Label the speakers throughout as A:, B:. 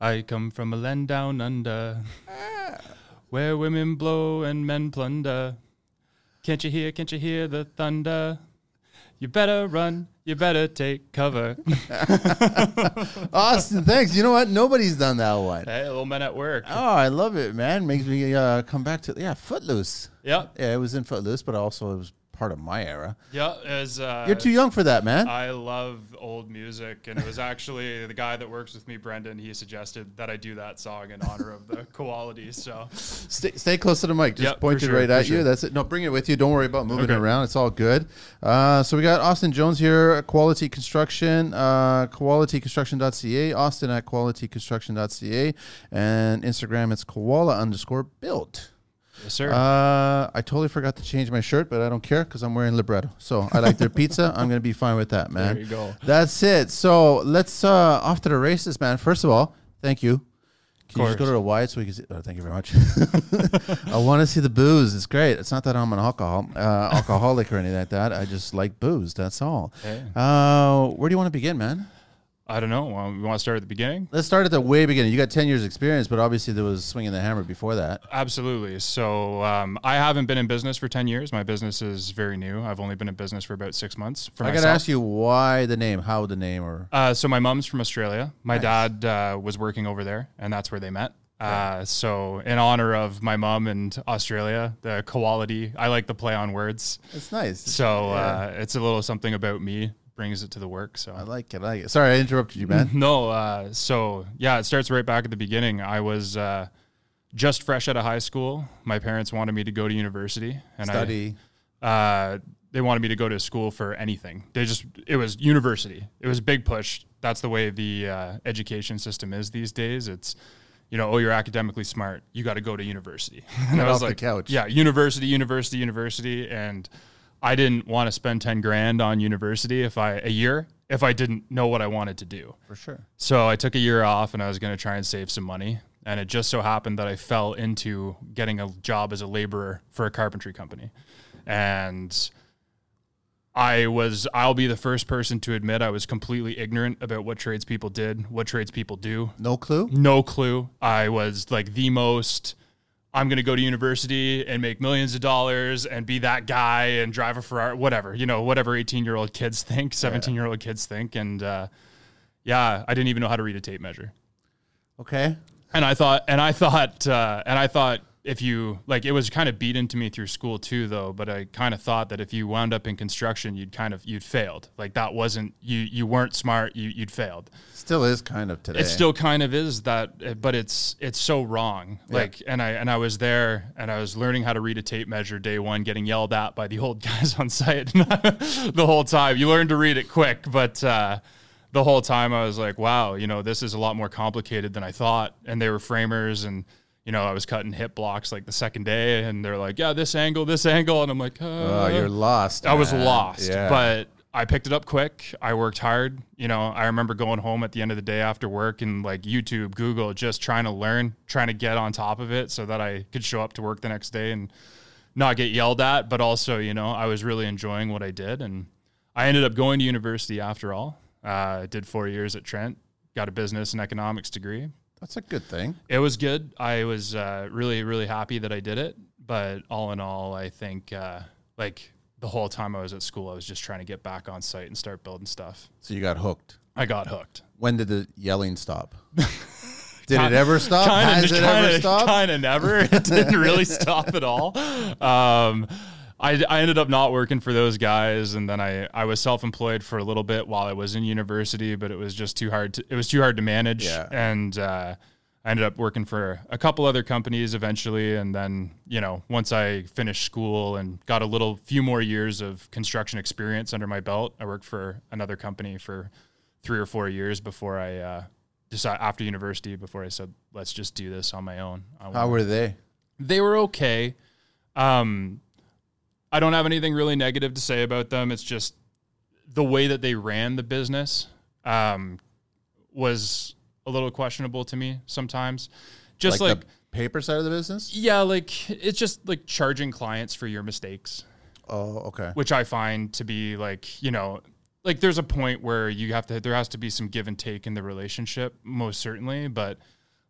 A: I come from a land down under
B: Ah.
A: where women blow and men plunder. Can't you hear, can't you hear the thunder? You better run, you better take cover.
B: Austin, thanks. You know what? Nobody's done that one.
A: hey, little men at work.
B: Oh, I love it, man. Makes me uh, come back to yeah, Footloose.
A: Yep,
B: Yeah, it was in Footloose, but also it was part of my era.
A: yep. As, uh,
B: You're too young for that, man.
A: I love old music, and it was actually the guy that works with me, Brendan. He suggested that I do that song in honor of the quality. So,
B: Stay, stay close to the mic. Just
A: Yep, for
B: pointed
A: sure,
B: right
A: for
B: at you.
A: sure.
B: That's it. No, bring it with you. Don't worry about moving it
A: Okay.
B: around. It's all good. Uh, so we got Austin Jones here, Quality Construction, uh, qualityconstruction.ca, Austin at qualityconstruction.ca, and Instagram it's koala underscore built.
A: yes, sir.
B: Uh, I totally forgot to change my shirt, but I don't care because I'm wearing libretto. So I like their pizza. I'm gonna be fine with that, man.
A: There you go.
B: That's it. So let's uh, off to the races, man. First of all, thank you. Can you just go
A: course.
B: to the wide so we can see? Oh, thank you very much. I want to see the booze. It's great. It's not that I'm an alcohol uh, alcoholic or anything like that. I just like booze. That's all.
A: Hey.
B: Uh, where do you want to begin, man?
A: I don't know. Um, we want to start at the beginning?
B: Let's start at the way beginning. You got 10 years experience, but obviously there was swinging the hammer before that.
A: Absolutely. So um, I haven't been in business for 10 years. My business is very new. I've only been in business for about six months. For
B: I got to
A: myself.
B: ask you why the name, how the name, or
A: Uh, so my mom's from Australia. My dad uh, was working over there, and that's where they met. Uh, so in honor of my mom and Australia, the quality, I like the play on words.
B: it's nice.
A: So uh, it's a little something about me brings it to the work. So
B: I like it. I like it. Sorry, I interrupted you, man.
A: no, uh, so yeah, it starts right back at the beginning. I was uh, just fresh out of high school. My parents wanted me to go to university, and
B: Study.
A: I uh, they wanted me to go to school for anything. They just it was university. It was a big push. That's the way the uh, education system is these days. It's you know, oh, you're academically smart. You got to go to university. And
B: off the couch.
A: yeah, university, university, university, and I didn't want to spend ten grand on university if I a year if I didn't know what I wanted to do.
B: For sure.
A: So I took a year off and I was going to try and save some money. And it just so happened that I fell into getting a job as a laborer for a carpentry company. And I was, I'll be the first person to admit I was completely ignorant about what tradespeople did, what tradespeople do.
B: No clue?
A: No clue. I was like the most, I'm going to go to university and make millions of dollars and be that guy and drive a Ferrari, whatever, you know, whatever 18 year old kids think, 17 year old kids think. And, uh, yeah, I didn't even know how to read a tape measure.
B: Okay.
A: And I thought, and I thought, uh, and I thought if you like, it was kind of beat into me through school too, though. But I kind of thought that if you wound up in construction, you'd kind of you'd failed. Like that wasn't you. You weren't smart. You you'd failed.
B: Still is kind of today.
A: It still kind of is that, but it's it's so wrong. Like, and I and I was there, and I was learning how to read a tape measure day one, getting yelled at by the old guys on site the whole time. You learn to read it quick, but uh, the whole time I was like, wow, you know, this is a lot more complicated than I thought. And they were framers, and you know, I was cutting hip blocks like the second day, and they're like, yeah, this angle, this angle, and I'm like, uh,
B: Oh, you're lost.
A: I was
B: man.
A: lost,
B: Yeah.
A: but I picked it up quick. I worked hard. You know, I remember going home at the end of the day after work and like YouTube, Google, just trying to learn, trying to get on top of it so that I could show up to work the next day and not get yelled at. But also, you know, I was really enjoying what I did. And I ended up going to university after all. Uh, I did four years at Trent, got a business and economics degree.
B: that's a good thing.
A: It was good. I was uh, really, really happy that I did it. But all in all, I think uh, like the whole time I was at school, I was just trying to get back on site and start building stuff.
B: So you got hooked.
A: I got hooked.
B: When did the yelling stop? Did it ever stop? Has it ever stopped?
A: Kind of never. It didn't really stop at all. Um, I, I ended up not working for those guys, and then I, I was self employed for a little bit while I was in university, but it was just too hard. To, it was too hard to manage,
B: Yeah.
A: and uh, I ended up working for a couple other companies eventually. And then you know once I finished school and got a little few more years of construction experience under my belt, I worked for another company for three or four years before I uh, decide after university before I said let's just do this on my own. I
B: How were they?
A: they were okay. Um, I don't have anything really negative to say about them. It's just the way that they ran the business um, was a little questionable to me sometimes. Just like,
B: the paper side of the business?
A: yeah, like it's just like charging clients for your mistakes
B: Oh, okay.
A: which I find to be like, you know, like there's a point where you have to there has to be some give and take in the relationship most certainly but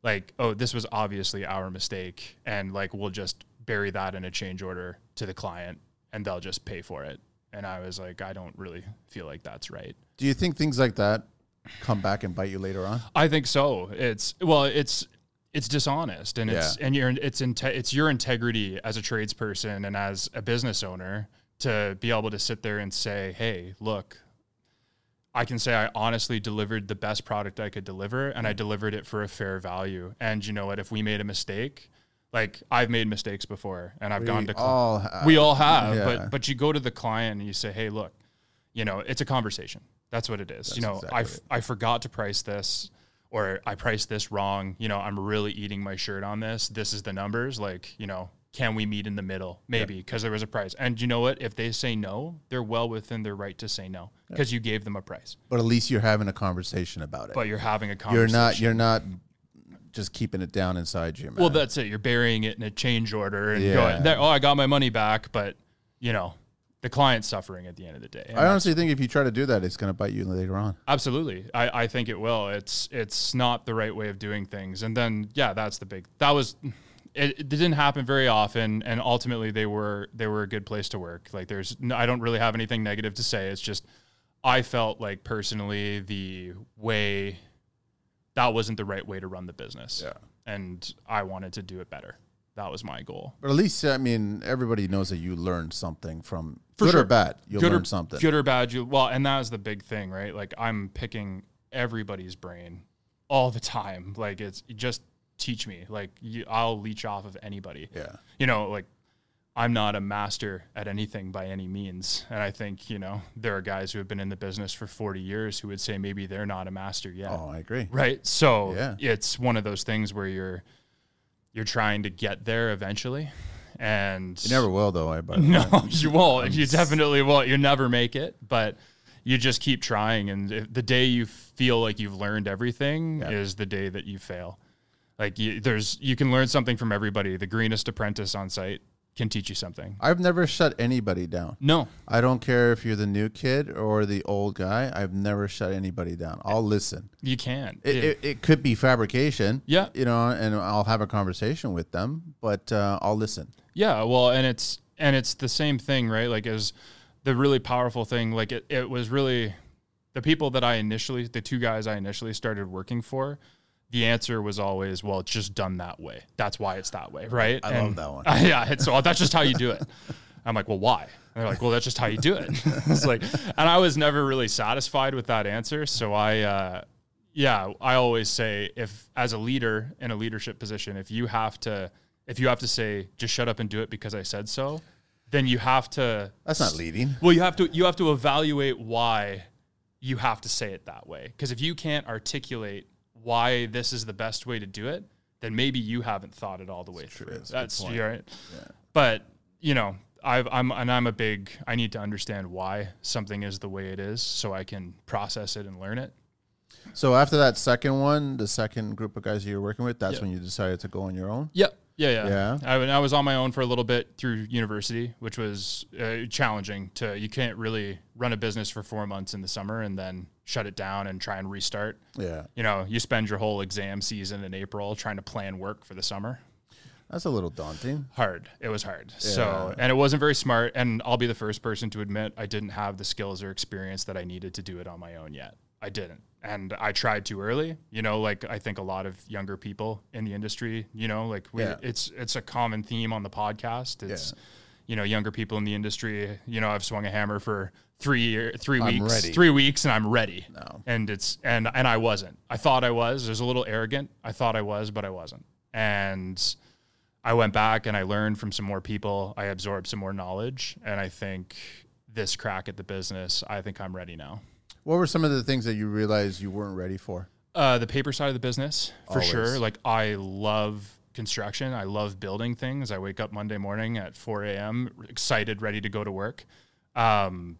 A: like oh this was obviously our mistake and like we'll just bury that in a change order to the client and they'll just pay for it and i was like i don't really feel like that's right
B: Do you think things like that come back and bite you later on?
A: I think so. It's well, it's it's dishonest, and it's and your it's inte- it's your integrity as a tradesperson and as a business owner to be able to sit there and say, "Hey, look, I can say I honestly delivered the best product I could deliver, and I delivered it for a fair value." And you know what? If we made a mistake, like I've made mistakes before, and I've gone
B: We
A: to cl-
B: all have.
A: we all have,
B: Yeah.
A: but but you go to the client and you say, "Hey, look, you know, it's a conversation. That's what it is. you know, I I
B: exactly
A: f- I forgot to price this or I priced this wrong. You know, I'm really eating my shirt on this. This is the numbers. Like, you know, can we meet in the middle? Maybe because there was a price. And you know what? If they say no, they're well within their right to say no because you gave them a price.
B: but at least you're having a conversation about it.
A: But you're having a
B: you're
A: conversation.
B: not you're not just keeping it down inside you, man.
A: well, that's it. You're burying it in a change order and
B: Yeah.
A: going, there, "Oh, I got my money back," but you know, the client's suffering at the end of the day. And
B: I honestly think if you try to do that, it's going to bite you later on.
A: Absolutely. I, I think it will. It's it's not the right way of doing things. And then yeah, that's the big that was it, it didn't happen very often and ultimately they were they were a good place to work. Like there's no, I don't really have anything negative to say. It's just I felt like personally the way that wasn't the right way to run the business.
B: Yeah.
A: And I wanted to do it better. That was my goal.
B: But at least I mean, everybody knows that you learned something from
A: For
B: good or
A: sure.
B: bad. You
A: good
B: learned
A: or,
B: something.
A: Good or bad, you well, and that is the big thing, right? Like I'm picking everybody's brain all the time. Like it's just teach me. Like you, I'll leech off of anybody.
B: Yeah.
A: You know, like I'm not a master at anything by any means, and I think you know there are guys who have been in the business for 40 years who would say maybe they're not a master yet
B: Oh, I agree.
A: right so
B: Yeah.
A: it's one of those things where you're you're trying to get there eventually and
B: You never will, though. I but
A: no, you won't. You definitely won't. You'll never make it, but you just keep trying. And if- the day you feel like you've learned everything is the day that you fail. Like you, there's, you can learn something from everybody. The greenest apprentice on site can teach you something.
B: I've never shut anybody down.
A: No,
B: I don't care if you're the new kid or the old guy. I've never shut anybody down. I'll listen.
A: you can't.
B: It, it, it could be fabrication.
A: Yeah.
B: You know, and I'll have a conversation with them, but uh, I'll listen.
A: Yeah, well, and it's and it's the same thing, right? Like as the really powerful thing, like it, it was really the people that I initially the two guys I initially started working for, the answer was always, well, it's just done that way. That's why it's that way, right?
B: I love that one.
A: yeah, it's all that's just how you do it. I'm like, well, why? And they're like, well, that's just how you do it. it's like, and I was never really satisfied with that answer. So I, uh, yeah, I always say if as a leader in a leadership position, if you have to, if you have to say, just shut up and do it because I said so, then you have to.
B: That's not leading.
A: Well, you have to you have to evaluate why you have to say it that way. Because if you can't articulate why this is the best way to do it, then maybe you haven't thought it all the way through.
B: That's a good
A: That's
B: point.
A: you're right. But you know, I've, I'm and I'm a big. I need to understand why something is the way it is, so I can process it and learn it.
B: So after that second one, the second group of guys you're working with, that's
A: Yeah.
B: when you decided to go on your own.
A: Yep. Yeah, yeah,
B: Yeah.
A: I, and I was on my own for a little bit through university, which was uh, challenging. To you can't really run a business for four months in the summer and then shut it down and try and restart.
B: Yeah,
A: You know, you spend your whole exam season in April trying to plan work for the summer.
B: that's a little daunting.
A: Hard. It was hard. So, and it wasn't very smart. And I'll be the first person to admit I didn't have the skills or experience that I needed to do it on my own yet. I didn't. And I tried too early, you know, like I think a lot of younger people in the industry, you know, like we,
B: Yeah.
A: it's, it's a common theme on the podcast. It's, you know, younger people in the industry, you know, I've swung a hammer for three year, three
B: I'm
A: weeks,
B: ready.
A: three weeks and I'm ready.
B: No.
A: And it's, and, and I wasn't, I thought I was, it was a little arrogant. I thought I was, but I wasn't. And, I went back and I learned from some more people. I absorbed some more knowledge, and I think this crack at the business, I think I'm ready now.
B: What were some of the things that you realized you weren't ready for?
A: Uh, the paper side of the business, for
B: Always.
A: sure. Like I love construction. I love building things. I wake up Monday morning at 4 a.m. excited, ready to go to work. Um,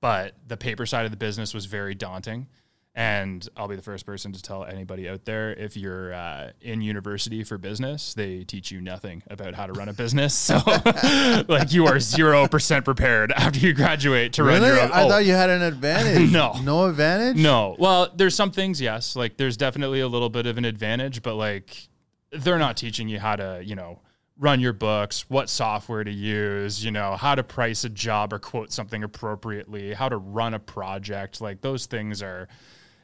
A: but the paper side of the business was very daunting, And I'll be the first person to tell anybody out there if you're uh, in university for business, they teach you nothing about how to run a business. So, like, you are 0% prepared after you graduate to run
B: Really?
A: your own.
B: I
A: oh,
B: thought you had an advantage.
A: No.
B: No advantage?
A: no. Well, there's some things, yes. Like, there's definitely a little bit of an advantage, but like, they're not teaching you how to, you know, run your books, what software to use, you know, how to price a job or quote something appropriately, how to run a project. Like, those things are,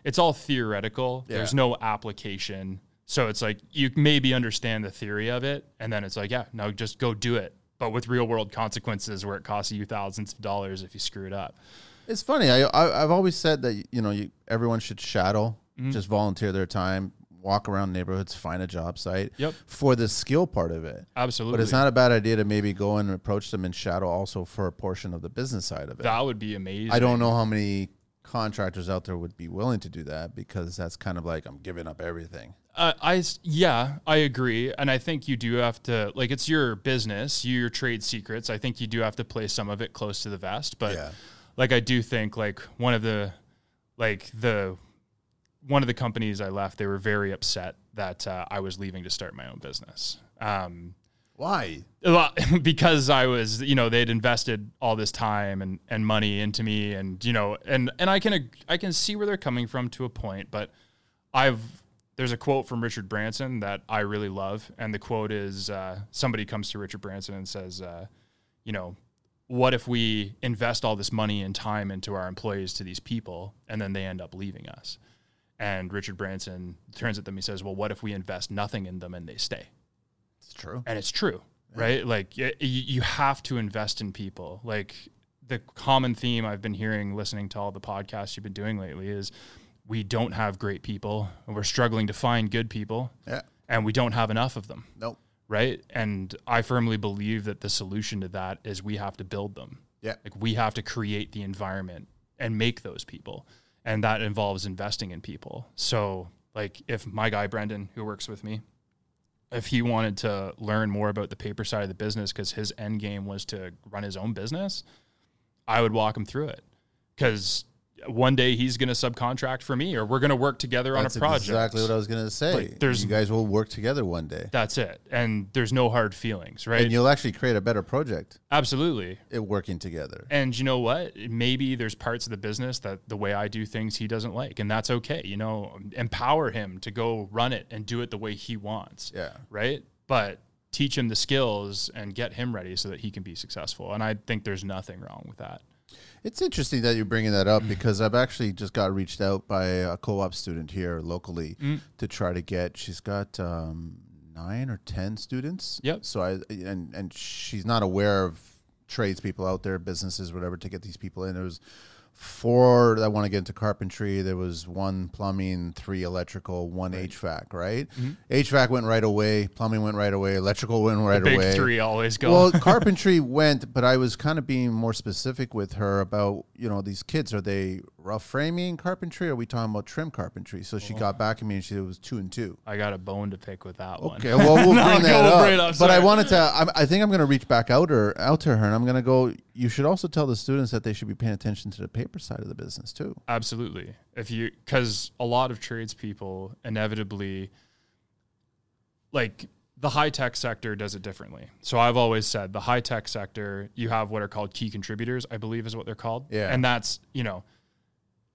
A: it's all theoretical. There's no application. So it's like you maybe understand the theory of it, and then it's like, yeah, no, just go do it. But with real world consequences where it costs you thousands of dollars if you screw it up.
B: It's funny. I, I I've always said that you know you, everyone should shadow,
A: Mm-hmm.
B: just volunteer their time, walk around neighborhoods, find a job site.
A: Yep.
B: For the skill part of it,
A: Absolutely.
B: but it's not a bad idea to maybe go and approach them and shadow also for a portion of the business side of it.
A: that would be amazing.
B: I don't know how many contractors out there would be willing to do that because that's kind of like I'm giving up everything.
A: Uh, I s- yeah, I agree, and I think you do have to like it's your business, your trade secrets. I think you do have to play some of it close to the vest, but
B: Yeah.
A: like I do think like one of the like the one of the companies I left, they were very upset that uh, I was leaving to start my own business. Um,
B: Why?
A: well, because I was, you know, they'd invested all this time and, and money into me, and you know, and and I can ag- I can see where they're coming from to a point, but I've there's a quote from Richard Branson that I really love, and the quote is uh, somebody comes to Richard Branson and says, uh, you know, what if we invest all this money and time into our employees to these people, and then they end up leaving us? And Richard Branson turns at them, he says, well, what if we invest nothing in them and they stay?
B: It's true.
A: and it's true right like y- y- you have to invest in people like the common theme i've been hearing listening to all the podcasts you've been doing lately is we don't have great people and we're struggling to find good people
B: Yeah.
A: and we don't have enough of them
B: Nope.
A: right and i firmly believe that the solution to that is we have to build them
B: Yeah.
A: like we have to create the environment and make those people and that involves investing in people so like if my guy brendan who works with me if he wanted to learn more about the paper side of the business because his end game was to run his own business i would walk him through it because one day he's going to subcontract for me or we're going to work together
B: That's
A: on a project
B: exactly what I was gonna say.
A: Like, there's-
B: you guys will work together one day,
A: that's it and there's no hard feelings
B: and
A: right
B: you'll actually create a better project
A: absolutely
B: it working together.
A: And you know what? Maybe there's parts of the business that the way I do things he doesn't like, and that's okay. You know, empower him to go run it and do it the way he wants.
B: Yeah.
A: Right. But teach him the skills and get him ready so that he can be successful. And I think there's nothing wrong with that.
B: It's interesting that you're bringing that up because I've actually just got reached out by a co-op student here locally
A: Mm.
B: to try to get. She's got um, nine or ten students.
A: Yep.
B: So I and and she's not aware of tradespeople out there, businesses, whatever, to get these people in. There was four that want to get into carpentry. There was one plumbing, three electrical, one HVAC. Right.
A: Mm-hmm.
B: HVAC went right away. Plumbing went right away. Electrical went right
A: Big
B: away.
A: three always go.
B: Well, carpentry went, but I was kind of being more specific with her about, you know, these kids. Are they rough framing carpentry? Or are we talking about trim carpentry? So she got back at me and she said it was two and two.
A: I got a bone to pick with that one.
B: Okay, well, we'll
A: No,
B: bring that
A: go
B: up.
A: right up,
B: but I
A: sorry.
B: wanted to. I, I think I'm going to reach back out her out to her, and I'm going to go. You should also tell the students that they should be paying attention to the paper side of the business too.
A: Absolutely. If you, because a lot of tradespeople inevitably, like the high tech sector does it differently. So I've always said the high tech sector, you have what are called key contributors, I believe is what they're called.
B: Yeah.
A: And that's, you know,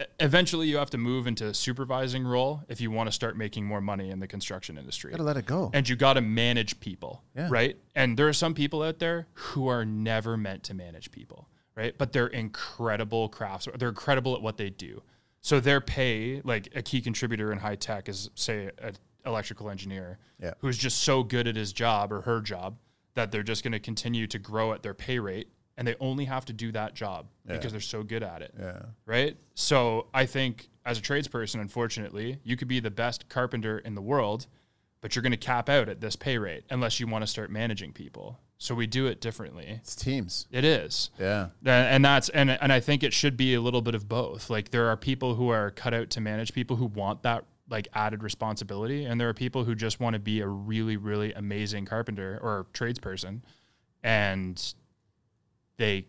A: e- eventually you have to move into a supervising role if you want to start making more money in the construction industry
B: Got to let it go.
A: and you got to manage people,
B: Yeah.
A: right? And there are some people out there who are never meant to manage people, right? But they're incredible crafts. They're incredible at what they do. So their pay, like a key contributor in high tech, is say an electrical engineer
B: Yeah.
A: who's just so good at his job or her job that they're just going to continue to grow at their pay rate, and they only have to do that job because they're so good at it
B: yeah.
A: right? So I think as a tradesperson, unfortunately, you could be the best carpenter in the world, but you're going to cap out at this pay rate unless you want to start managing people. So we do it differently.
B: It's teams.
A: It is.
B: Yeah.
A: Tha- Uh, And that's and and I think it should be a little bit of both. Like there are people who are cut out to manage people who want that like added responsibility, and there are people who just want to be a really really amazing carpenter or tradesperson, and they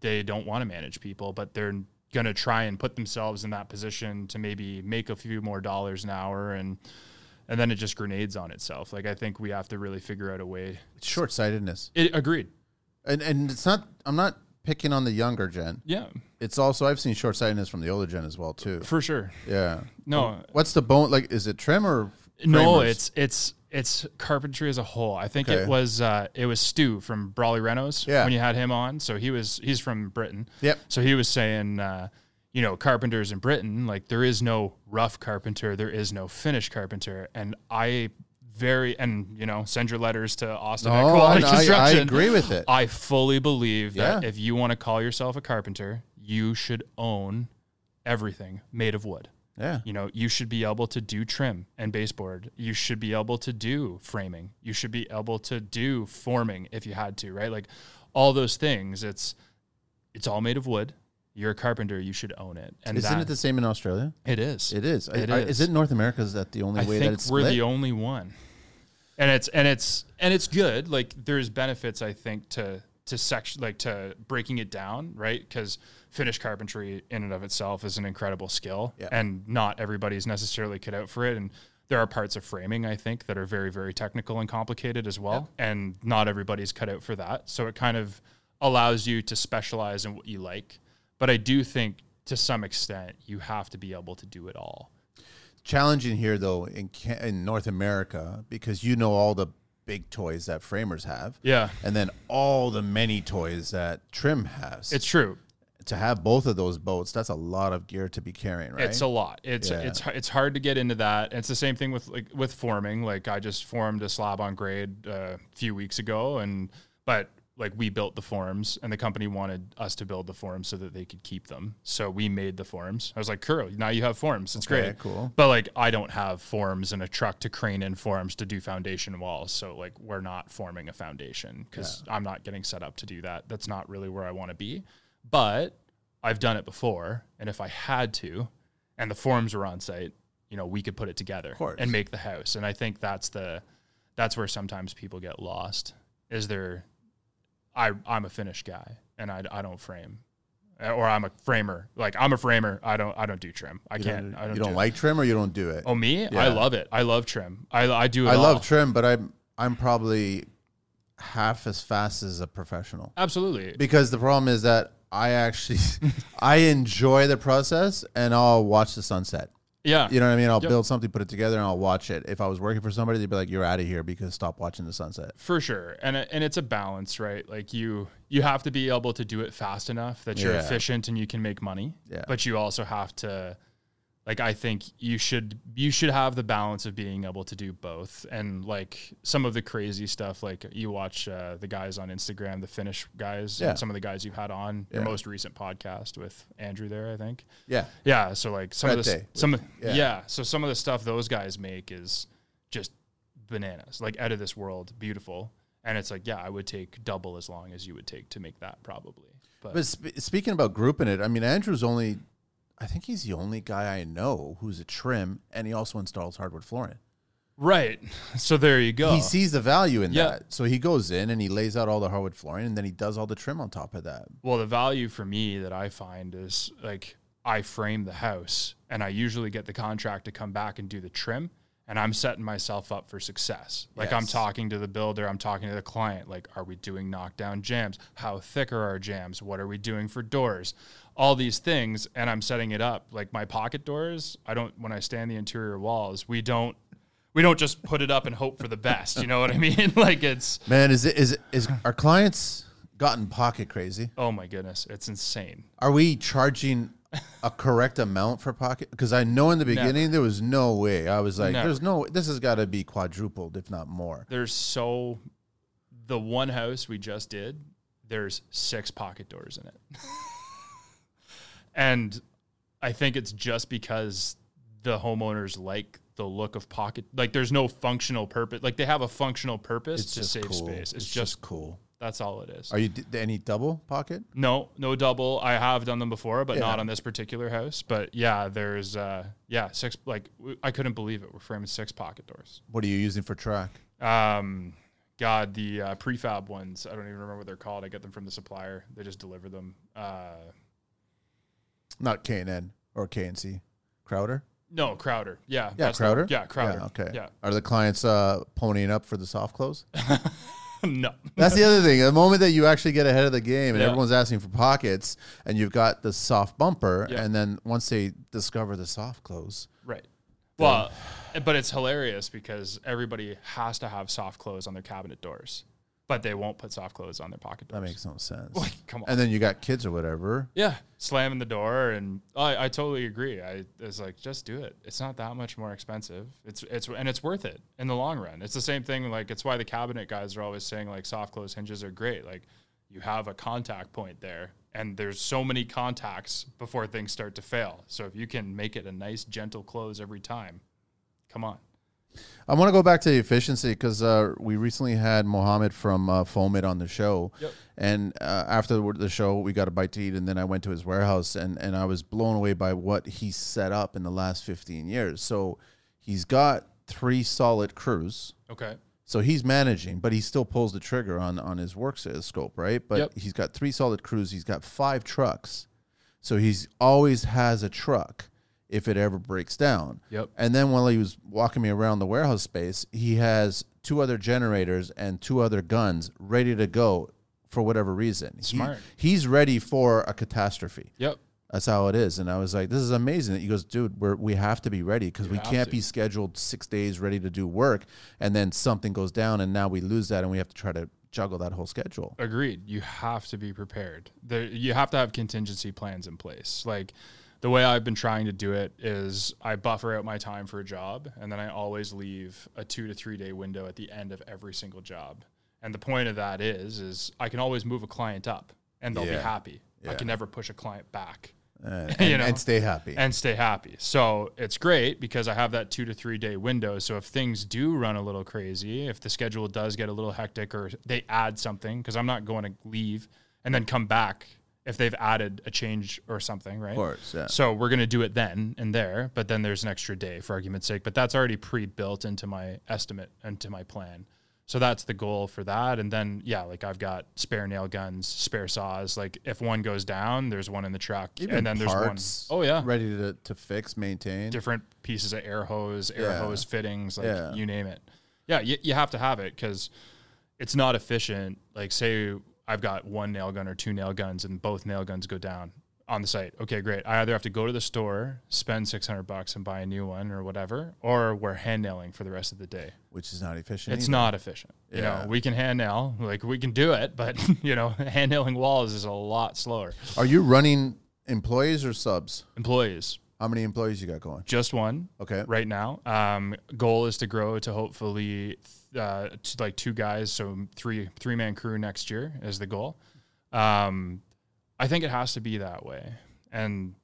A: they don't want to manage people, but they're going to try and put themselves in that position to maybe make a few more dollars an hour and and then it just grenades on itself. Like I think we have to really figure out a way.
B: It's short sightedness.
A: It agreed.
B: And and it's not I'm not picking on the younger gen.
A: Yeah,
B: It's also I've seen short sightedness from the older gen as well too.
A: for sure.
B: Yeah.
A: No.
B: What's the bone like is it trim or
A: No,
B: framers?
A: it's it's it's carpentry as a whole. I think
B: Okay.
A: it was uh, it was Stu from Brawley Renos
B: Yeah.
A: when you had him on. So he was he's from Britain.
B: Yep.
A: So he was saying, uh, you know, carpenters in Britain, like there is no rough carpenter, there is no finished carpenter, and I very and you know send your letters to Austin at
B: No,
A: Quality
B: and Oh, I- I
A: Construction.
B: agree with it.
A: I fully believe that
B: Yeah.
A: if you want to call yourself a carpenter, you should own everything made of wood.
B: Yeah.
A: You know, you should be able to do trim and baseboard. You should be able to do framing. You should be able to do forming if you had to, right? Like all those things. It's it's all made of wood. You're a carpenter. You should own it. And
B: Isn't
A: that-
B: it the same in Australia?
A: it is.
B: It is. I-
A: It
B: I-
A: is.
B: it North America is that the only
A: I
B: way that
A: think
B: it's
A: we're
B: split?
A: the only one. And it's and it's and it's good. Like there's benefits I think to to section like to breaking it down, right? Because finished carpentry in and of itself is an incredible skill,
B: Yeah.
A: and not everybody's necessarily cut out for it. And there are parts of framing I think that are very very technical and complicated as well, and not everybody's cut out for that. So it kind of allows you to specialize in what you like. But I do think to some extent you have to be able to do it all.
B: challenging here though in Ca- in North America because you know all the big toys that framers have,
A: Yeah,
B: and then all the many toys that trim has.
A: it's true.
B: to have both of those boats. That's a lot of gear to be carrying, right?
A: It's a lot. It's
B: Yeah.
A: it's it's hard to get into that. It's the same thing with like with forming. Like I just formed a slab on grade uh, a few weeks ago, and but like we built the forms, and the company wanted us to build the forms so that they could keep them. So we made the forms. I was like, "Kuro, now you have forms. It's
B: Okay,
A: great,
B: cool.
A: But like I don't have forms and a truck to crane in forms to do foundation walls. So like we're not forming a foundation because I'm not getting set up to do that. That's not really where I want to be. But I've done it before, and if I had to, and the forms were on site, you know, we could put it together
B: course.
A: and make the house. And I think that's the that's where sometimes people get lost. Is there? I I'm a finished guy, and I I don't frame, or I'm a framer. Like I'm a framer. I don't I don't do trim. I
B: you
A: can't.
B: Don't,
A: I don't.
B: you don't
A: do
B: like trim or you don't do it.
A: Oh me,
B: Yeah.
A: I love it. I love trim. I I do. It
B: I love
A: all.
B: trim, but I'm I'm probably half as fast as a professional
A: Absolutely.
B: because the problem is that I actually I enjoy the process and I'll watch the sunset.
A: Yeah.
B: You know what I mean? I'll
A: Yep.
B: build something, put it together, and I'll watch it. If I was working for somebody, they'd be like, "You're out of here because stop watching the sunset."
A: for sure and it- and it's a balance right like you you have to be able to do it fast enough that you're
B: Yeah.
A: efficient and you can make money
B: Yeah.
A: but you also have to like i think you should you should have the balance of being able to do both and like some of the crazy stuff like you watch uh, the guys on instagram the finnish guys
B: Yeah.
A: and some of the guys you've had on your most recent podcast with andrew there i think
B: Yeah,
A: yeah. So like some
B: Red
A: of the s-
B: Day.
A: some of-
B: Yeah.
A: yeah. So some of the stuff those guys make is just bananas, like out of this world, beautiful. And it's like, yeah, I would take double as long as you would take to make that probably. But,
B: but sp- speaking about grouping it, I mean, Andrew's only, I think he's the only guy I know who's a trim, and he also installs hardwood flooring.
A: right. So there you go.
B: He sees the value in
A: Uh-huh. Yeah.
B: that, so he goes in and he lays out all the hardwood flooring, and then he does all the trim on top of that.
A: Well, the value for me that I find is like I frame the house and I usually get the contract to come back and do the trim and I'm setting myself up for success. Like I'm
B: Yes.
A: talking to the builder, I'm talking to the client, like are we doing knockdown jams? How thick are our jams? What are we doing for doors? All these things and I'm setting it up. Like my pocket doors, I don't when I stand the interior walls, we don't we don't just put it up and hope for the best, you know what I mean? like it's
B: Man, is it is it- is our clients gotten pocket crazy?
A: oh my goodness, it's insane.
B: Are we charging? A correct amount for pocket because I know in the beginning there was no way I was like,
A: Never.
B: there's no this has got to be quadrupled if not more.
A: there's so the one house we just did there's six pocket doors in it and i think it's just because the homeowners like the look of pocket like there's no functional purpose like they have a functional purpose to save space it's, just,
B: cool.
A: that's all it is
B: Are you d- any double pocket?
A: no no double i have done them before but not
B: Yeah.
A: on this particular house but yeah there's uh yeah six like w- i couldn't believe it we're framing six pocket doors
B: What are you using for track?
A: um god the uh, prefab ones i don't even remember what they're called i get them from the supplier they just deliver them uh
B: not K and N or K and C. Crowder.
A: No, Crowder. Yeah.
B: Yeah,
A: that's the-
B: Crowder.
A: yeah, Crowder.
B: Yeah, okay.
A: Yeah.
B: Are the clients uh, ponying up for the soft close?
A: no.
B: That's the other thing. The moment that you actually get ahead of the game and
A: Yeah.
B: everyone's asking for pockets, and you've got the soft bumper,
A: Yeah.
B: and then once they discover the soft close,
A: Right. Well, uh, but it's hilarious because everybody has to have soft close on their cabinet doors, but they won't put soft close on their pocket doors.
B: that makes no sense.
A: Come on.
B: And then you got kids or whatever.
A: yeah, slamming the door, and I, I totally agree. I it's like just do it. It's not that much more expensive. It's it's and it's worth it in the long run. It's the same thing. Like it's why the cabinet guys are always saying like soft close hinges are great. Like you have a contact point there, and there's so many contacts before things start to fail. So if you can make it a nice gentle close every time, come on.
B: I want to go back to the efficiency because uh, we recently had Mohammed from uh, Foamit on the show,
A: Yep.
B: and uh, after the- the show we got a bite to eat, and then I went to his warehouse, and and I was blown away by what he set up in the last fifteen years. So he's got three solid crews.
A: Okay.
B: So he's managing, but he still pulls the trigger on on his work s- uh, scope, right? But
A: Yep.
B: he's got three solid crews. He's got five trucks, so he's always has a truck if it ever breaks down.
A: Yep.
B: And then while he was walking me around the warehouse space, he has two other generators and two other guns ready to go for whatever reason. He-
A: Smart.
B: he's ready for a catastrophe.
A: Yep.
B: That's how it is. And I was like, this is amazing. He goes, dude, we're, we have to be ready because we
A: have
B: can't
A: to.
B: be scheduled six days ready to do work. And then something goes down and now we lose that and we have to try to juggle that whole schedule.
A: Agreed. You have to be prepared. There, you have to have contingency plans in place. Like the way I've been trying to do it is I buffer out my time for a job and then I always leave a 2 to 3 day window at the end of every single job. And the point of that is is I can always move a client up and they'll
B: Yeah.
A: be happy. I
B: Yeah. Uh,
A: can never push a client back.
B: And,
A: You
B: and-
A: know.
B: and stay happy.
A: and stay happy. So it's great because I have that two to three day window. So if things do run a little crazy, if the schedule does get a little hectic or they add something, because I'm not going to leave and then come back if they've added a change or something, right?
B: of course. Yeah.
A: So we're going to do it then and there, but then there's an extra day for argument's sake. But that's already pre built into my estimate and to my plan. So that's the goal for that. And then, yeah, like I've got spare nail guns, spare saws. Like if one goes down, there's one in the truck. and then
B: parts
A: there's one. Oh, yeah
B: Ready to, to fix, maintain.
A: different pieces of air hose, air
B: Yeah.
A: hose fittings, like
B: Yeah.
A: you name it. Yeah, you, you have to have it because it's not efficient. Like, say I've got one nail gun or two nail guns, and both nail guns go down on the site. Okay, great. I either have to go to the store, spend six hundred bucks, and buy a new one or whatever, or we're hand nailing for the rest of the day.
B: which is not efficient.
A: It's
B: either.
A: not efficient. You
B: Yeah.
A: know, we can hand nail, like we can do it, but you know, hand nailing walls is a lot slower.
B: Are you running employees or subs?
A: Employees,
B: How many employees you got going?
A: just one.
B: Okay.
A: right now. Um, goal is to grow to hopefully uh, to like two guys, so three three man crew next year is the goal. Um, I think it has to be that way, and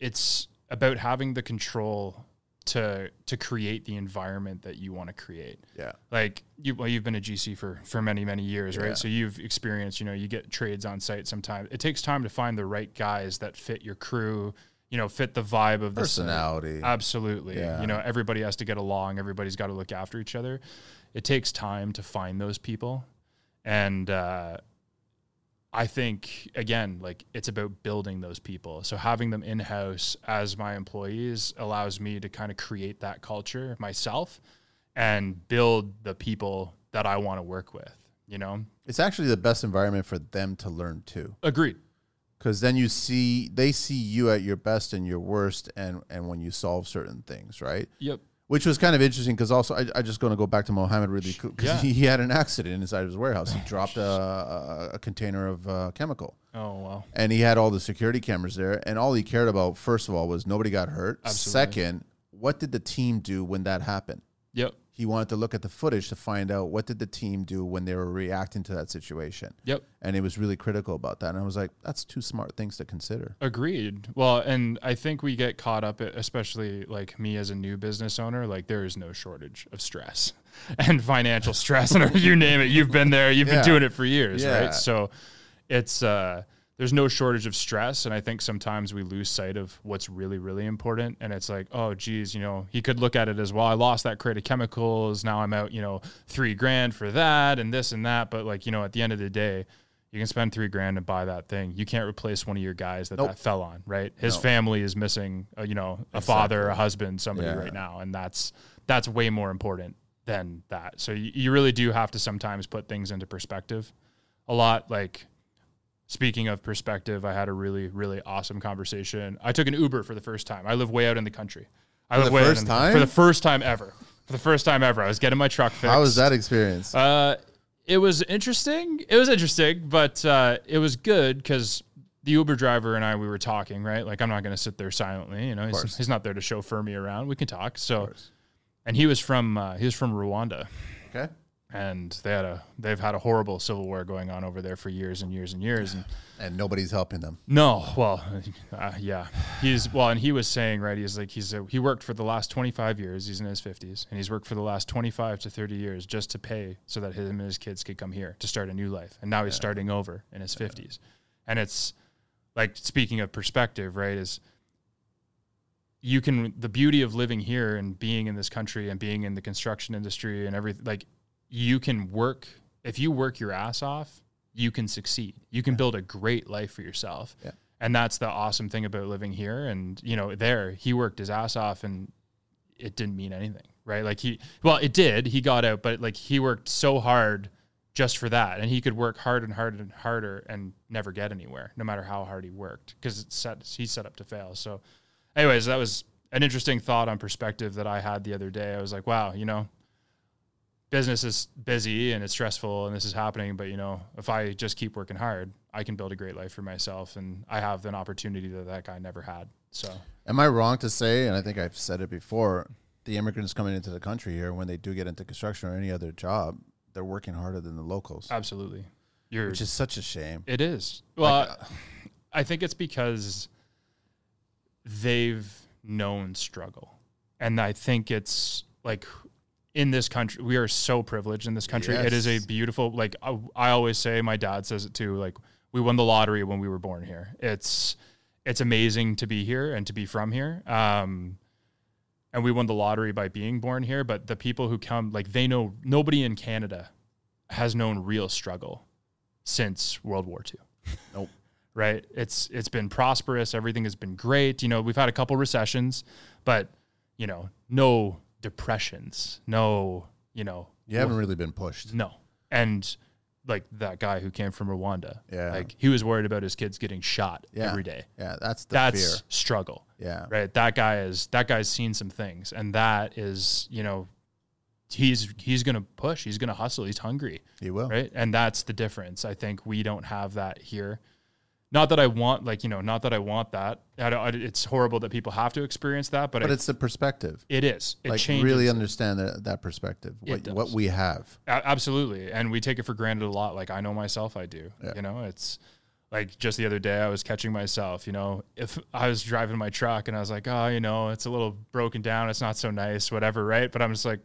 A: it's about having the control to to create the environment that you want to create
B: Yeah.
A: like you well you've been a GC for for many many years right
B: Yeah.
A: so you've experienced you know you get trades on site sometimes it takes time to find the right guys that fit your crew you know fit the vibe of the site.
B: Personality.
A: Uh, absolutely
B: Yeah.
A: you know everybody has to get along everybody's got to look after each other it takes time to find those people and uh I think again, like it's about building those people. So having them in house as my employees allows me to kind of create that culture myself and build the people that I want to work with. You know,
B: it's actually the best environment for them to learn too.
A: agreed.
B: because then you see they see you at your best and your worst and and when you solve certain things right
A: Yep.
B: which was kind of interesting because also I, I just going to go back to Mohammed really because
A: Yeah.
B: he, he had an accident inside of his warehouse he dropped a, a, a container of uh, chemical
A: Oh wow.
B: and he had all the security cameras there and all he cared about first of all was nobody got hurt
A: Absolutely.
B: second what did the team do when that happened
A: Yep.
B: he wanted to look at the footage to find out what did the team do when they were reacting to that situation
A: Yep.
B: and it was really critical about that and i was like that's two smart things to consider
A: Agreed. Well, and I think we get caught up, especially like me as a new business owner, like there is no shortage of stress and financial stress and you name it. You've been there, you've
B: Yeah.
A: been doing it for years,
B: Yeah.
A: right? So it's, uh, there's no shortage of stress. And I think sometimes we lose sight of what's really, really important. And it's like, oh, geez, you know, he could look at it as well. I lost that crate of chemicals. Now I'm out, you know, three grand for that and this and that. But like, you know, at the end of the day, You can spend three grand and buy that thing. You can't replace one of your guys that
B: Nope.
A: that fell on, right? His
B: No.
A: family is missing, uh, you know, a father, a husband, somebody
B: Yeah.
A: right now, and that's that's way more important than that. So you, you really do have to sometimes put things into perspective. A lot like speaking of perspective, I had a really really awesome conversation. I took an Uber for the first time. I live way out in the country. I live
B: the
A: way out
B: first
A: in
B: time?
A: for the first time ever. For the first time ever, I was getting my truck fixed.
B: How was that experience?
A: Uh, it was interesting. It was interesting, but uh, it was good because the Uber driver and I we were talking. Right, like I'm not going to sit there silently. You know,
B: course.
A: he's, he's not there to chauffeur me around. We can talk. So, and he was from uh, he was from Rwanda,
B: okay.
A: and they had a they've had a horrible civil war going on over there for years and years and years. And
B: And nobody's helping them.
A: no, well, uh, yeah, he's well, and he was saying right. He's like he's a, he worked for the last twenty five years. He's in his fifties, and he's worked for the last twenty five to thirty years just to pay so that him and his kids could come here to start a new life. And now he's starting over in his fifties, and it's like speaking of perspective, right? Is you can the beauty of living here and being in this country and being in the construction industry and everything like you can work if you work your ass off you can succeed you can build a great life for yourself
B: Yeah.
A: and that's the awesome thing about living here and you know there he worked his ass off and it didn't mean anything right like he well it did he got out but like he worked so hard just for that and he could work hard and harder and harder and never get anywhere no matter how hard he worked because it's set he's set up to fail so anyways that was an interesting thought on perspective that i had the other day i was like wow you know business is busy and it's stressful and this is happening but you know if i just keep working hard i can build a great life for myself and i have an opportunity that that guy never had so
B: Am I wrong to say, and I think I've said it before, the immigrants coming into the country here, when they do get into construction or any other job, they're working harder than the locals,
A: absolutely you're
B: which is such a shame.
A: It is. Well, I think it's because they've known struggle. And I think it's like in this country, we are so privileged in this country. It is a
B: Yes.
A: beautiful, like I, I always say, my dad says it too, like we won the lottery when we were born here. It's, it's amazing to be here and to be from here. Um, and we won the lottery by being born here, but the people who come, like they know nobody in Canada has known real struggle since World War II
B: Nope.
A: right? It's it's been prosperous, everything has been great. You know, we've had a couple recessions, but you know, no depressions, no, you know,
B: You haven't really been pushed.
A: no. And like that guy who came from Rwanda,
B: Yeah.
A: like he was worried about his kids getting shot
B: Yeah.
A: every day.
B: Yeah, that's the
A: That's
B: fear.
A: struggle,
B: Yeah.
A: right? That guy is that guy's seen some things, and that is you know, he's he's gonna push, he's gonna hustle, he's hungry
B: You will.
A: right and that's the difference i think we don't have that here not that i want like you know not that i want that I don't, I- it's horrible that people have to experience that but,
B: But
A: I-
B: it's the perspective.
A: it is it
B: like
A: changes
B: really understand that, that perspective, what,
A: does.
B: what we have.
A: A- absolutely and we take it for granted a lot like i know myself i do
B: Yeah.
A: you know it's like just the other day i was catching myself you know if i was driving my truck and i was like oh you know it's a little broken down it's not so nice whatever right but i'm just like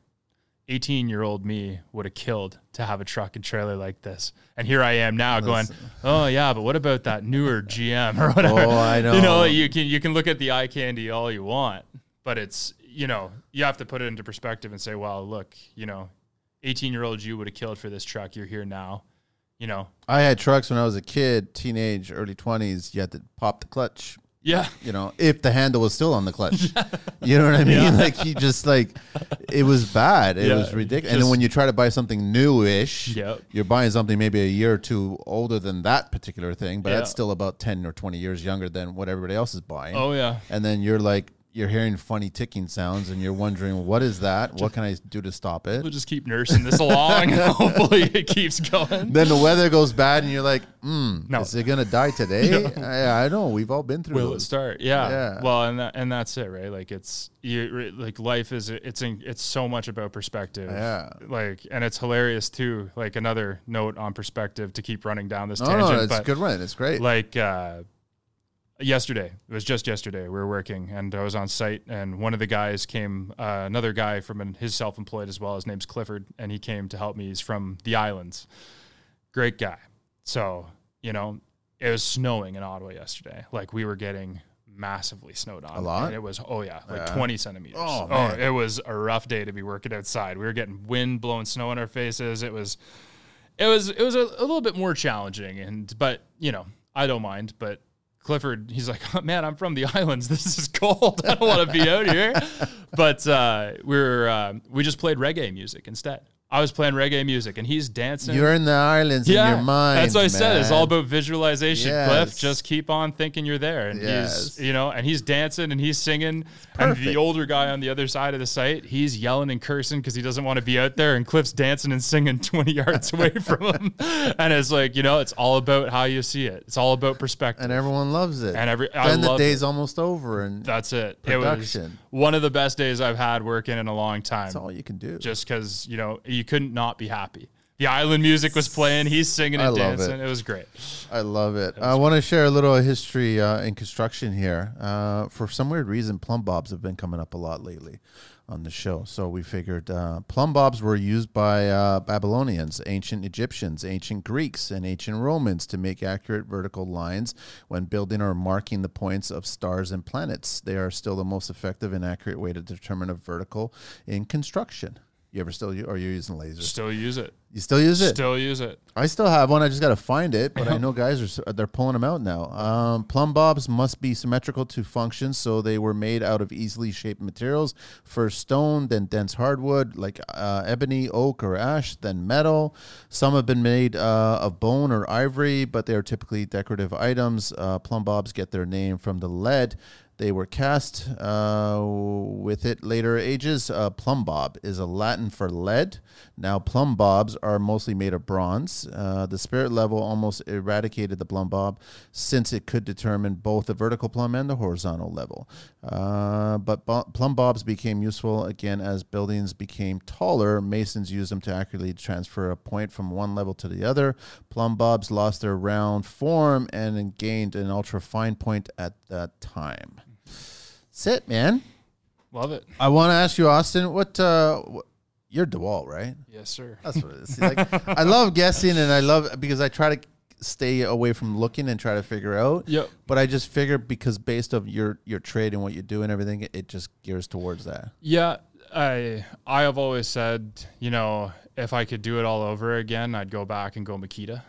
A: 18 year old me would have killed to have a truck and trailer like this and here i am now going oh yeah but what about that newer gm or whatever
B: Oh, I know.
A: you know you can you can look at the eye candy all you want but it's you know you have to put it into perspective and say well look you know 18 year old you would have killed for this truck you're here now you know
B: I had trucks when I was a kid, teenage, early 20s. You had to pop the clutch.
A: yeah
B: you know, if the handle was still on the clutch. you know what I mean? Like you just like it was bad. It
A: Yeah,
B: was ridiculous. and then
A: just-
B: when you try to buy something newish,
A: Yep.
B: you're buying something maybe a year or two older than that particular thing, but that's
A: Yeah.
B: still about ten or twenty years younger than what everybody else is buying.
A: oh yeah
B: And then you're like you're hearing funny ticking sounds and you're wondering what is that? What can I do to stop it?
A: we'll just keep nursing this along and hopefully it keeps going
B: Then the weather goes bad and you're like, mm,
A: No.
B: is it gonna die today? I, I know. We've all been through
A: will it
B: those.
A: start yeah,
B: Yeah.
A: well and that, and that's it right like it's you re- like life is it's in, it's so much about perspective
B: Yeah.
A: like and it's hilarious too like another note on perspective to keep running down this
B: No,
A: tangent
B: no, it's a
A: but
B: good one. It's great.
A: like uh, yesterday it was just yesterday we were working and i was on site and one of the guys came uh, another guy from an, his self-employed as well his name's clifford and he came to help me he's from the islands great guy so you know it was snowing in ottawa yesterday like we were getting massively snowed on
B: A lot?
A: And it was oh yeah like
B: Yeah.
A: 20 centimeters
B: Oh, man.
A: it was a rough day to be working outside we were getting wind blowing snow in our faces it was it was it was a, a little bit more challenging and but you know i don't mind but clifford he's like oh, man i'm from the islands this is cold i don't want to be out here but uh, we were uh, we just played reggae music instead i was playing reggae music and he's dancing
B: You're in the islands in your mind.
A: that's what I said. It's all
B: man.
A: about visualization,
B: Yes.
A: Cliff. Just keep on thinking you're there, and
B: Yes.
A: he's you know, and he's dancing and he's singing, and
B: perfect.
A: the older guy on the other side of the site, he's yelling and cursing because he doesn't want to be out there, and Cliff's dancing and singing twenty yards away from him, and it's like you know, it's all about how you see it. It's all about perspective.
B: and everyone loves it.
A: And every-
B: then
A: I
B: the
A: love
B: day's almost over, and
A: that's it. It was
B: Production.
A: one of the best days I've had working in a long time.
B: that's all you can do.
A: just because you know you couldn't not be happy. The island music was playing. He's singing
B: I
A: and
B: love it.
A: dancing. It was great.
B: I love it. I want to share a little history uh, in construction here. Uh, for some weird reason, plumb bobs have been coming up a lot lately on the show. So we figured uh, plumb bobs were used by uh, Babylonians, ancient Egyptians, ancient Greeks, and ancient Romans to make accurate vertical lines when building or marking the points of stars and planets. They are still the most effective and accurate way to determine a vertical in construction. You ever still, u- or you're using lasers?
A: Still use it.
B: You still use it?
A: Still use it.
B: I still have one. I just got to find it, but I know guys are s- uh, they're pulling them out now. Um, plumb bobs must be symmetrical to function, so they were made out of easily shaped materials. First stone, then dense hardwood like uh, ebony, oak, or ash, then metal. Some have been made uh, of bone or ivory, but they are typically decorative items. Uh, plumb bobs get their name from the lead they were cast uh, with it later ages. Uh, plumb bob is a Latin for lead. Now, plumb bobs are mostly made of bronze. Uh, the spirit level almost eradicated the plumb bob since it could determine both the vertical plumb and the horizontal level. Uh, but bo- plumb bobs became useful again as buildings became taller. Masons used them to accurately transfer a point from one level to the other. Plumb bobs lost their round form and then gained an ultra fine point at that time. That's it, man.
A: Love it.
B: I want to ask you, Austin, what, uh, what you're DeWalt, right?
A: Yes, sir.
B: That's what it is. See, Like, I love guessing and I love because I try to stay away from looking and try to figure out.
A: Yep.
B: But I just figure because based of your, your trade and what you do and everything, it just gears towards that.
A: Yeah, I I have always said, you know, if I could do it all over again, I'd go back and go Makita.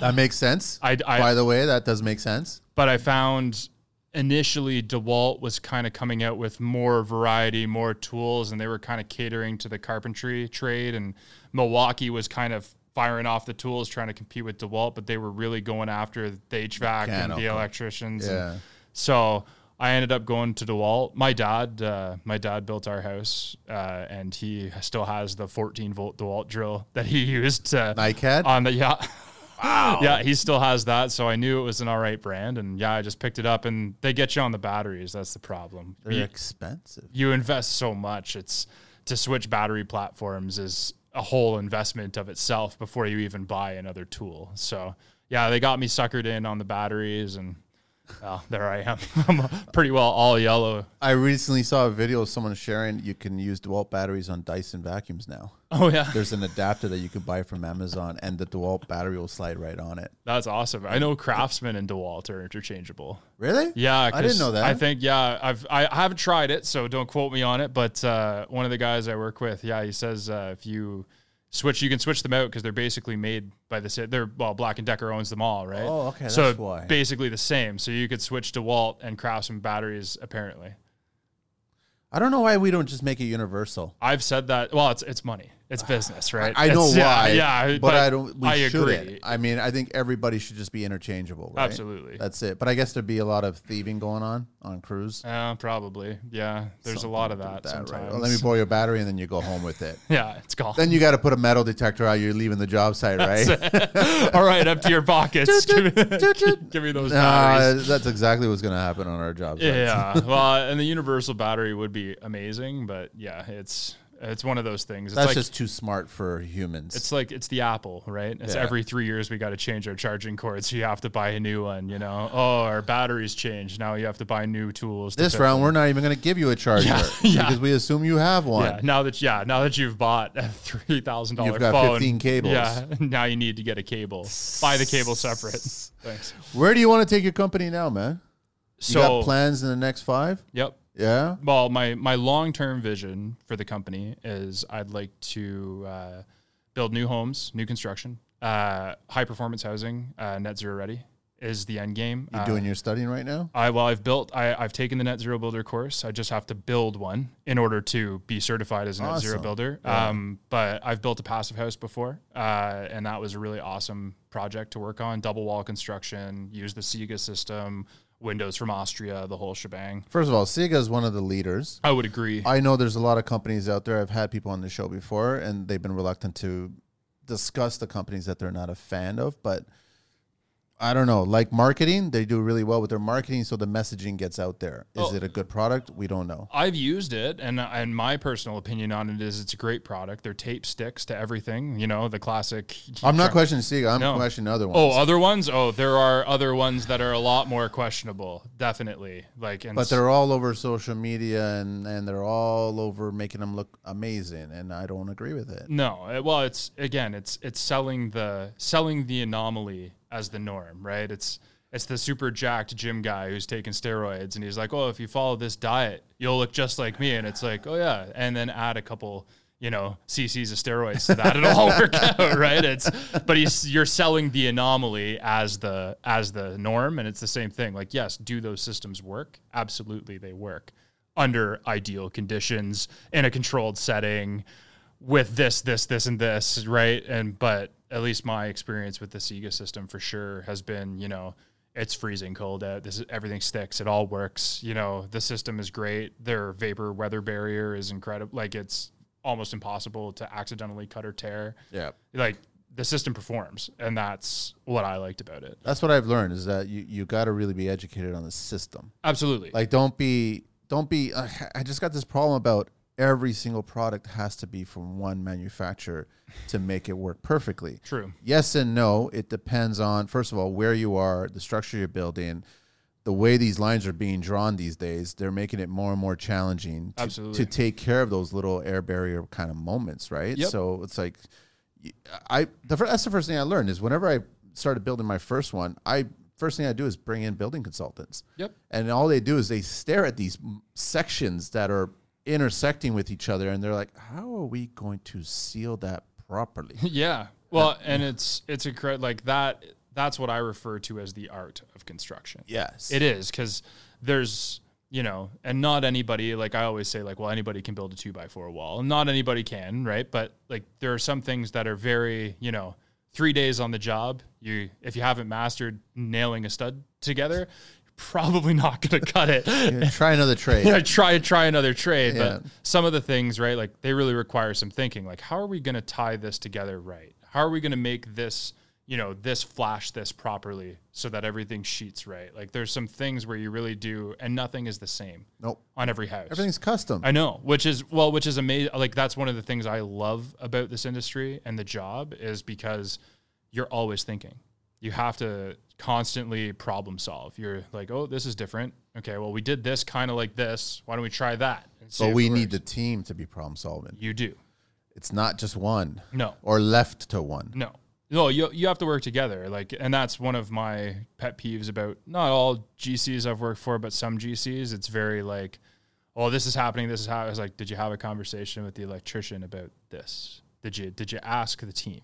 B: That makes sense.
A: I,
B: By
A: I
B: the way, that does make sense.
A: but I found initially DeWalt was kind of coming out with more variety, more tools, and they were kind of catering to the carpentry trade, and Milwaukee was kind of firing off the tools trying to compete with DeWalt, but they were really going after the HVAC and the
B: Mechanical.
A: electricians. and-
B: Yeah.
A: So I ended up going to DeWalt. My dad, uh, my dad built our house, uh, and he still has the 14 volt DeWalt drill that he used to
B: NICAD?
A: on the yeah. Wow. yeah, he still has that, so I knew it was an all right brand, and yeah, I just picked it up, and they get you on the batteries. That's the problem.
B: They're
A: You,
B: expensive.
A: you invest so much; it's to switch battery platforms is a whole investment of itself before you even buy another tool. So yeah, they got me suckered in on the batteries, and well, there I am. I'm pretty well all yellow.
B: I recently saw a video of someone sharing you can use DeWalt batteries on Dyson vacuums now.
A: Oh yeah,
B: There's an adapter that you can buy from Amazon, and the DeWalt battery will slide right on it.
A: that's awesome. I know Craftsman and DeWalt are interchangeable.
B: Really?
A: Yeah,
B: I didn't
A: 'cause
B: know that.
A: I think yeah, I've I, I haven't tried it, so don't quote me on it. But uh, one of the guys I work with, yeah, he says uh, if you switch, you can switch them out because they're basically made by the same. They're well, Black and Decker owns them all, right?
B: Oh, okay,
A: So
B: that's why.
A: basically the same. So you could switch to Walt and Craftsman batteries. Apparently,
B: I don't know why we don't just make it universal.
A: I've said that. Well, it's it's money, it's business, right?
B: I know
A: It's- yeah,
B: why.
A: Yeah,
B: but, I don't. We
A: I agree.
B: shouldn't. I mean, I think everybody should just be interchangeable. Right?
A: Absolutely.
B: That's it. But I guess there'd be a lot of thieving going on on cruise.
A: Uh, probably. Yeah. There's a lot of that,
B: That, right?
A: sometimes.
B: Well, let me borrow your battery, and then you go home with it.
A: yeah, it's gone.
B: then you got to put a metal detector out. You're leaving the job site, right?
A: All right, up to your pockets. give, me, give me those
B: Uh,
A: batteries.
B: that's exactly what's going to happen on our job. sites.
A: yeah. Well, and the universal battery would be amazing, but yeah, it's it's one of those things. It's
B: that's
A: like
B: just too smart for humans.
A: it's like it's the Apple, right? It's
B: Yeah.
A: every three years we got to change our charging cords. So you have to buy a new one. You know, oh, our batteries changed. Now you have to buy new tools. to
B: this
A: fit-
B: round, we're not even going to give you a charger
A: yeah.
B: because we assume you have one.
A: Yeah, now that yeah, now that you've bought a three thousand dollar
B: You've got
A: phone,
B: 15 cables.
A: Yeah, now you need to get a cable. Buy the cable separate. Thanks.
B: Where do you want to take your company now, man? You
A: So
B: got plans in the next five?
A: Yep.
B: Yeah.
A: Well, my my long term vision for the company is I'd like to uh, build new homes, new construction, uh, high performance housing, uh, net zero ready is the end game.
B: You
A: Uh,
B: doing your studying right now?
A: I well, I've built. I, I've taken the net zero builder course. I just have to build one in order to be certified as a net zero
B: Awesome.
A: builder.
B: Yeah.
A: Um, but I've built a passive house before, uh, and that was a really awesome project to work on. Double wall construction, use the Sega system, windows from Austria, the whole shebang.
B: First of all, Sega is one of the leaders.
A: I would agree.
B: I know there's a lot of companies out there. I've had people on the show before, and they've been reluctant to discuss the companies that they're not a fan of. But I don't know. Like marketing, they do really well with their marketing, so the messaging gets out there. Is
A: Oh.
B: it a good product? We don't know.
A: I've used it, and and my personal opinion on it is it's a great product. Their tape sticks to everything. You know the classic.
B: I'm not questioning Sega. I'm
A: No.
B: questioning other ones.
A: Oh, other ones? Oh, there are other ones that are a lot more questionable, definitely. Like, and
B: but they're all over social media, and and they're all over making them look amazing, and I don't agree with it.
A: No, uh, well, it's again, it's it's selling the selling the anomaly as the norm, right? It's it's the super jacked gym guy who's taking steroids and he's like, "Oh, if you follow this diet, you'll look just like me." And it's like, "Oh yeah," and then add a couple, you know, cc's of steroids to that, it'll all work out, right? It's but he's you're selling the anomaly as the as the norm, and it's the same thing. Like, yes, do those systems work? Absolutely, they work under ideal conditions in a controlled setting with this, this, this, and this, right? And but at least my experience with the Sega system for sure has been, you know, it's freezing cold out. This is, everything sticks. It all works. You know, the system is great. Their vapor weather barrier is incredible. Like it's almost impossible to accidentally cut or tear.
B: Yeah.
A: Like the system performs, and that's what I liked about it.
B: That's what I've learned is that you, you got to really be educated on the system.
A: Absolutely.
B: Like, don't be, don't be. Uh, I just got this problem about every single product has to be from one manufacturer to make it work perfectly.
A: True.
B: Yes and no. It depends on first of all where you are, the structure you're building, the way these lines are being drawn these days. They're making it more and more challenging to,
A: Absolutely.
B: to take care of those little air barrier kind of moments, right?
A: Yep.
B: So it's like, y- I the fir- that's the first thing I learned is whenever I started building my first one, I first thing I do is bring in building consultants
A: Yep.
B: and all they do is they stare at these m- sections that are intersecting with each other and they're like how are we going to seal that properly
A: Yeah. Well, and it's it's incredible. Like that. That's what I refer to as the art of construction.
B: yes
A: It is because there's you know, and not anybody like I always say like, well, anybody can build a two by four wall. Not anybody can, right? But like there are some things that are very you know three days on the job. You if you haven't mastered nailing a stud together, you're probably not going to cut it.
B: try another trade
A: Yeah, try try another trade. But
B: Yeah.
A: some of the things, right? Like they really require some thinking. Like, how are we going to tie this together right? How are we going to make this, you know, this flash this properly so that everything sheets right? Like, there's some things where you really do, and nothing is the same
B: nope
A: on every house.
B: everything's custom
A: I know, which is well, which is amazing. Like that's one of the things I love about this industry and the job is because you're always thinking. You have to constantly problem solve. You're like, oh, this is different. Okay, well, we did this kind of like this. Why don't we try that? and see
B: but
A: if
B: we
A: it
B: need
A: works?"
B: the team to be problem solving
A: You do.
B: it's not just one
A: No.
B: or left to one
A: No. No, you, you have to work together. Like, and that's one of my pet peeves about not all GCs I've worked for, but some GCs. It's very like, oh, this is happening. This is how. I was like, did you have a conversation with the electrician about this? Did you did you ask the team?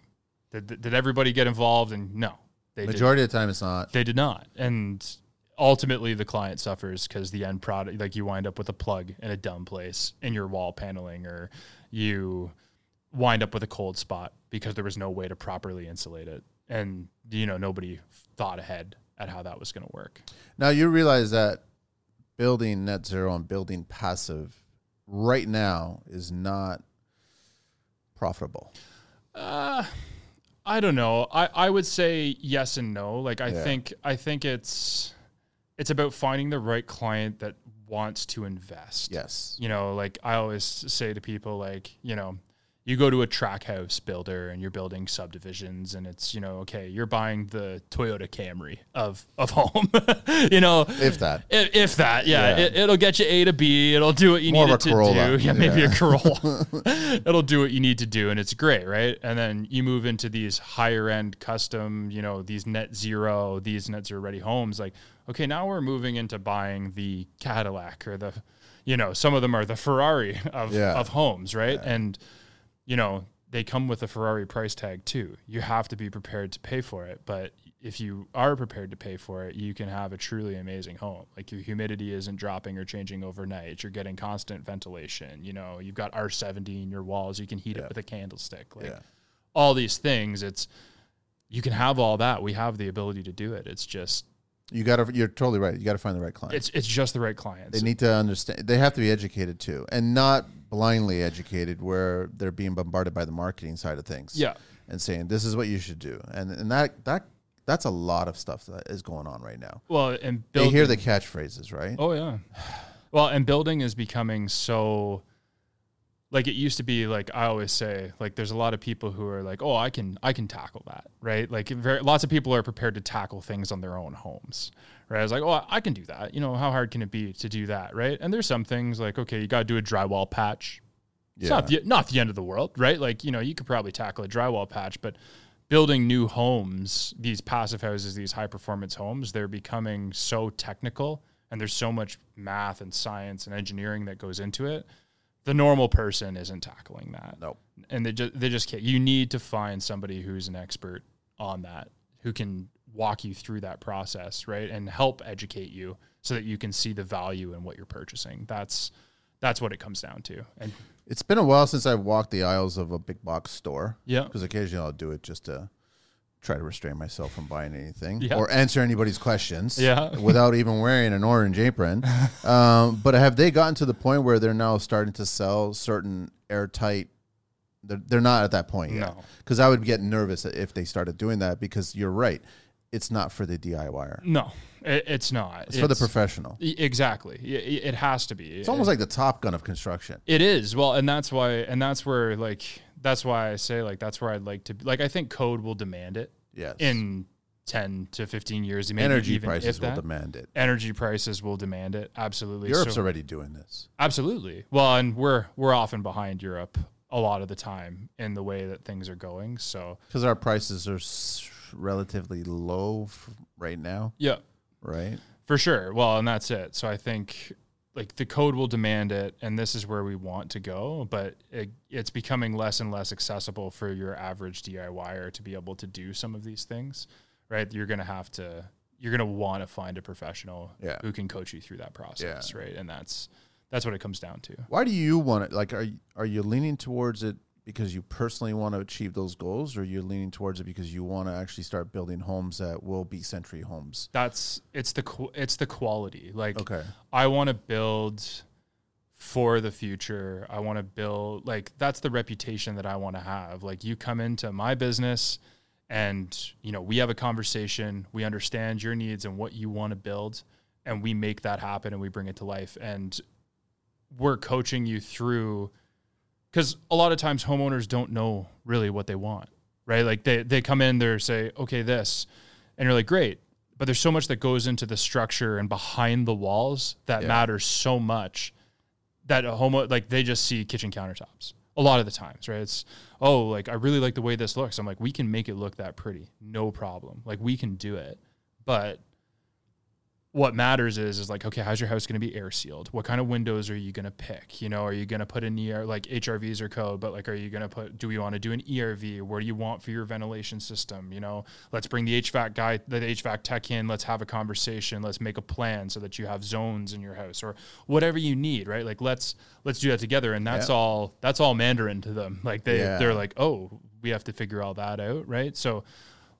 A: Did, did, did everybody get involved? And no, they did
B: majority of the time it's not
A: they did not. And ultimately, the client suffers because the end product, like you wind up with a plug in a dumb place in your wall paneling, or you wind up with a cold spot because there was no way to properly insulate it. And, you know, nobody thought ahead at how that was going to work.
B: Now you realize that building net zero and building passive right now is not profitable.
A: I don't know. I, I would say yes and no. Like I
B: Yeah.
A: think I think it's it's about finding the right client that wants to invest.
B: Yes.
A: you know, like I always say to people, like, you know, you go to a track house builder and you're building subdivisions and it's, you know, okay, you're buying the Toyota Camry of, of home, you know, if,
B: If that.
A: if, that, yeah,
B: Yeah.
A: It, it'll get you A to B. It'll do what you
B: More
A: need
B: of
A: it
B: a
A: to
B: Corolla.
A: do. Yeah, maybe a Corolla. it'll do what you need to do and it's great. Right. And then you move into these higher end custom, you know, these net zero, these net zero ready homes. Like, okay, now we're moving into buying the Cadillac or the, you know, some of them are the Ferrari of,
B: Yeah.
A: of homes, right? And, you know, they come with a Ferrari price tag too. You have to be prepared to pay for it. But if you are prepared to pay for it, you can have a truly amazing home. Like your humidity isn't dropping or changing overnight. You're getting constant ventilation. You know, you've got R70 in your walls. You can heat
B: Yeah.
A: it with a candlestick. Like
B: Yeah.
A: all these things. It's you can have all that. We have the ability to do it. It's just
B: You got to. You're totally right. You got to find the right client.
A: it's it's just the right clients.
B: they need to understand. They have to be educated too, and not blindly educated where they're being bombarded by the marketing side of things.
A: yeah.
B: and saying this is what you should do, and and that that that's a lot of stuff that is going on right now.
A: Well, and
B: They
A: build
B: hear the catchphrases, right?
A: Oh yeah. Well, and building is becoming so like it used to be like I always say like there's a lot of people who are like, "Oh, I can I can tackle that." Right? Like very, lots of people are prepared to tackle things on their own homes. Right? I was like, "Oh, I can do that." You know, how hard can it be to do that, right? And there's some things like, "Okay, you got to do a drywall patch." It's not the not the end of the world, right? Like, you know, you could probably tackle a drywall patch, but building new homes, these passive houses, these high performance homes, they're becoming so technical and there's so much math and science and engineering that goes into it. The normal person isn't tackling that.
B: Nope.
A: And they just they just can't. You need to find somebody who's an expert on that, who can walk you through that process, right? And help educate you so that you can see the value in what you're purchasing. That's that's what it comes down to. And
B: It's been a while since I've walked the aisles of a big box store.
A: yeah.
B: because occasionally I'll do it just to try to restrain myself from buying anything
A: Yeah.
B: or answer anybody's questions
A: Yeah.
B: without even wearing an orange apron. um, but have they gotten to the point where they're now starting to sell certain airtight? They're, they're not at that point yet.
A: No.
B: Because I would get nervous if they started doing that because you're right. It's not for the DIYer.
A: No, it, it's not.
B: er. It's, for the professional.
A: E- Exactly. Y- y- It has to be.
B: It's almost like the top gun of construction.
A: it is. Well, and that's why, and that's where, like, that's why I say, like, that's where I'd like to, like, I think code will demand it
B: Yes.
A: in 10 to 15 years. Maybe
B: Energy
A: even
B: prices
A: if
B: will
A: that.
B: demand it.
A: Energy prices will demand it. Absolutely.
B: Europe's
A: So-
B: already doing this.
A: absolutely. Well, and we're, we're often behind Europe a lot of the time in the way that things are going. So,
B: because our prices are s- relatively low f- right now,
A: yeah.
B: right?
A: For sure. Well, and that's it. So I think like the code will demand it, and this is where we want to go. But it, it's becoming less and less accessible for your average DIYer to be able to do some of these things, right? You're gonna have to. You're gonna want to find a professional
B: Yeah.
A: who can coach you through that process, right? And that's that's what it comes down to.
B: Why do you want it? Like, are y- are you leaning towards it because you personally want to achieve those goals, or you're leaning towards it because you want to actually start building homes that will be century homes?
A: That's it's the qu- it's the quality. Like
B: Okay,
A: I want to build for the future. I want to build like that's the reputation that I want to have. Like you come into my business and you know, we have a conversation, we understand your needs and what you want to build and we make that happen and we bring it to life and we're coaching you through cuz a lot of times homeowners don't know really what they want, right? Like they they come in they say, "Okay, this." And you're like, "Great." But there's so much that goes into the structure and behind the walls that
B: Yeah.
A: matters so much that a home like they just see kitchen countertops a lot of the times, right? It's oh, like I really like the way this looks. I'm like, we can make it look that pretty, no problem. Like we can do it, but what matters is is like okay how's your house going to be air sealed what kind of windows are you going to pick you know are you going to put in ER, like hrvs are code but like are you going to put do you want to do an erv what do you want for your ventilation system you know let's bring the hvac guy the hvac tech in let's have a conversation let's make a plan so that you have zones in your house or whatever you need right like let's let's do that together and that's
B: Yeah.
A: all that's all mandarin to them like they
B: Yeah.
A: they're like oh we have to figure all that out right so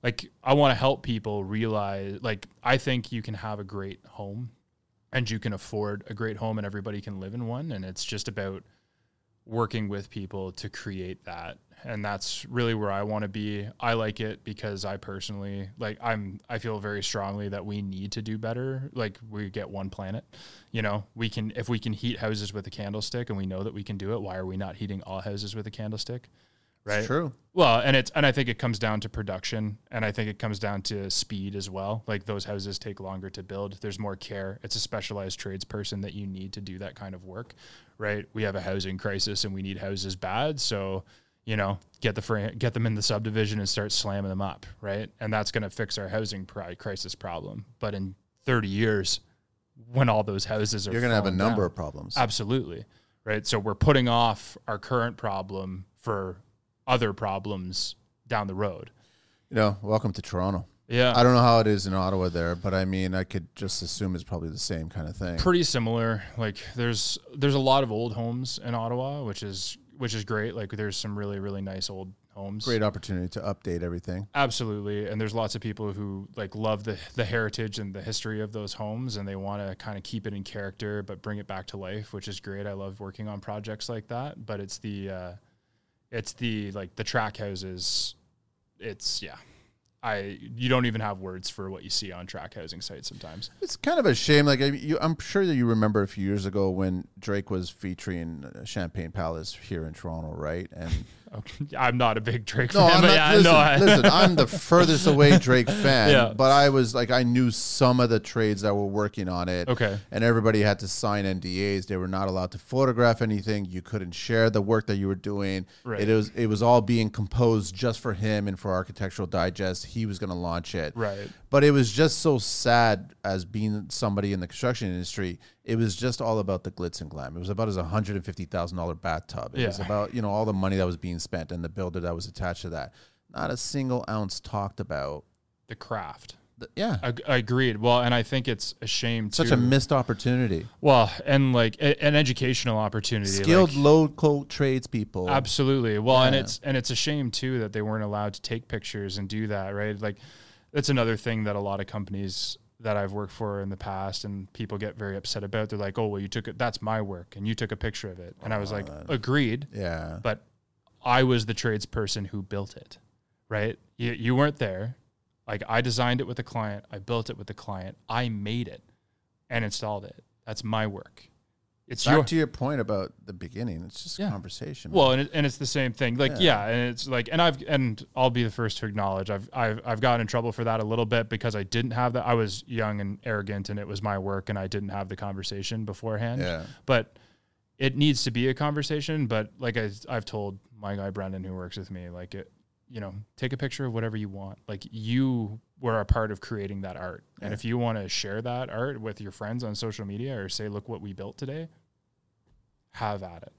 A: like I want to help people realize like I think you can have a great home and you can afford a great home and everybody can live in one and it's just about working with people to create that and that's really where I want to be. I like it because I personally like I'm I feel very strongly that we need to do better. Like we get one planet. You know, we can if we can heat houses with a candlestick and we know that we can do it, why are we not heating all houses with a candlestick? Right?
B: It's true.
A: Well, and it's and I think it comes down to production, and I think it comes down to speed as well. Like those houses take longer to build. There's more care. It's a specialized tradesperson that you need to do that kind of work, right? We have a housing crisis, and we need houses bad. So, you know, get the fra- get them in the subdivision and start slamming them up, right? And that's going to fix our housing pri- crisis problem. But in 30 years, when all those houses are
B: You're gonna have a
A: falling
B: number
A: down-
B: of problems.
A: Absolutely. Right. So we're putting off our current problem for other problems down the road. Uh,
B: You know, welcome to Toronto.
A: Yeah.
B: I don't know how it is in Ottawa there, but I mean, I could just assume it's probably the same kind of thing.
A: pretty similar. Like there's there's a lot of old homes in Ottawa, which is which is great. Like there's some really really nice old homes.
B: Great opportunity to update everything.
A: Absolutely. And there's lots of people who like love the the heritage and the history of those homes and they want to kind of keep it in character but bring it back to life, which is great. I love working on projects like that, but it's the uh it's the like the track houses it's yeah. I you don't even have words for what you see on track housing sites sometimes.
B: It's kind of a shame. Like I, you, I'm sure that you remember a few years ago when Drake was featuring uh, Champagne Palace here in Toronto, right? And
A: Okay. I'm not a big Drake
B: no,
A: fan,
B: I'm
A: but
B: not,
A: yeah,
B: listen,
A: no, I,
B: listen, I'm the furthest away Drake fan,
A: Yeah.
B: but I was like, I knew some of the trades that were working on it.
A: Okay.
B: and everybody had to sign NDAs. They were not allowed to photograph anything. You couldn't share the work that you were doing.
A: Right.
B: It was it was all being composed just for him and for Architectural Digest. He was going to launch it.
A: Right.
B: But it was just so sad as being somebody in the construction industry. It was just all about the glitz and glam. It was about his one hundred and fifty thousand dollar bathtub. It
A: Yeah.
B: was about you know all the money that was being spent and the builder that was attached to that. Not a single ounce talked about.
A: the craft.
B: The, yeah,
A: I, I agreed. Well, and I think it's a shame
B: such
A: too.
B: a missed opportunity.
A: well, and like a, an educational opportunity. like-
B: Skilled local tradespeople.
A: Absolutely. Well, and
B: Yeah.
A: it's and it's a shame too that they weren't allowed to take pictures and do that, right? Like that's another thing that a lot of companies that I've worked for in the past and people get very upset about. They're like, "Oh, well, you took it that's my work and you took a picture of it." And I was like, "Agreed."
B: Yeah.
A: but I was the tradesperson who built it, right? You, you weren't there. Like I designed it with the client, I built it with the client, I made it and installed it. That's my work. It's
B: Back
A: your
B: to your point about the beginning, it's just
A: Yeah.
B: conversation.
A: well, and, it, and it's the same thing. Like
B: Yeah.
A: yeah. and it's like, and I've and I'll be the first to acknowledge I've I've I've gotten in trouble for that a little bit because I didn't have that. I was young and arrogant, and it was my work, and I didn't have the conversation beforehand
B: yeah.
A: but it needs to be a conversation. But like I, I've told my guy Brendan, who works with me, like it, you know, take a picture of whatever you want. Like you were a part of creating that art, and
B: Yeah.
A: if you want to share that art with your friends on social media or say, look what we built today, have at it.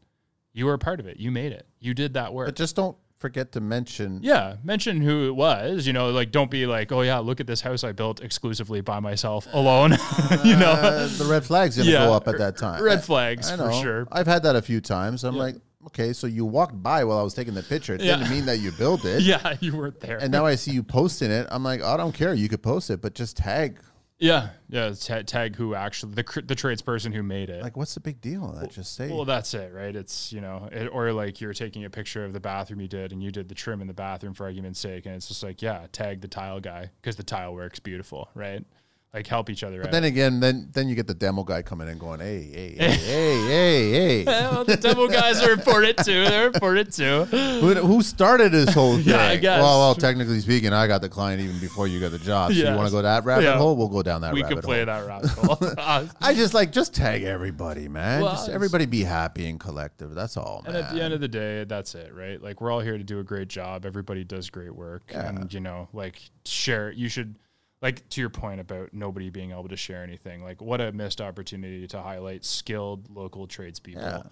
A: You were a part of it. You made it. You did that work.
B: But just don't forget to mention.
A: Yeah, mention who it was. You know, like don't be like, oh yeah, look at this house I built exclusively by myself alone. you know,
B: uh, the red flag's gonna
A: Yeah,
B: go up at that time.
A: red
B: I-
A: flags
B: I
A: for
B: know.
A: sure.
B: I've had that a few times. I'm
A: Yeah.
B: like, okay, so you walked by while I was taking the picture. It
A: Yeah.
B: didn't mean that you built it.
A: Yeah, you weren't there.
B: And now I see you posting it. I'm like, I don't care. You could post it, but just tag.
A: Yeah, yeah. ta tag who actually the cr- the tradesperson who made it.
B: Like, what's the big deal? I just say.
A: well, that's it, right? It's you know, it, or like you're taking a picture of the bathroom you did, and you did the trim in the bathroom for argument's sake, and it's just like, yeah, tag the tile guy because the tile works beautiful, right? Like help each other out.
B: then again, then then you get the demo guy coming in going, hey, hey, hey, hey, hey, hey.
A: well, the demo guys are important too. They're important too.
B: Who, who started this whole thing?
A: I guess.
B: Well, well, technically speaking, I got the client even before you got the job. So you
A: Yes.
B: want to go that rabbit
A: Yeah.
B: hole? We'll go down that
A: We
B: rabbit
A: could play
B: hole.
A: that rabbit hole.
B: I just like just tag everybody, man.
A: Well,
B: just
A: it's-
B: everybody be happy and collective. That's all, man.
A: And at the end of the day, that's it, right? Like we're all here to do a great job. Everybody does great work, and you know, like share. You should, like to your point about nobody being able to share anything. Like what a missed opportunity to highlight skilled local tradespeople
B: Yeah.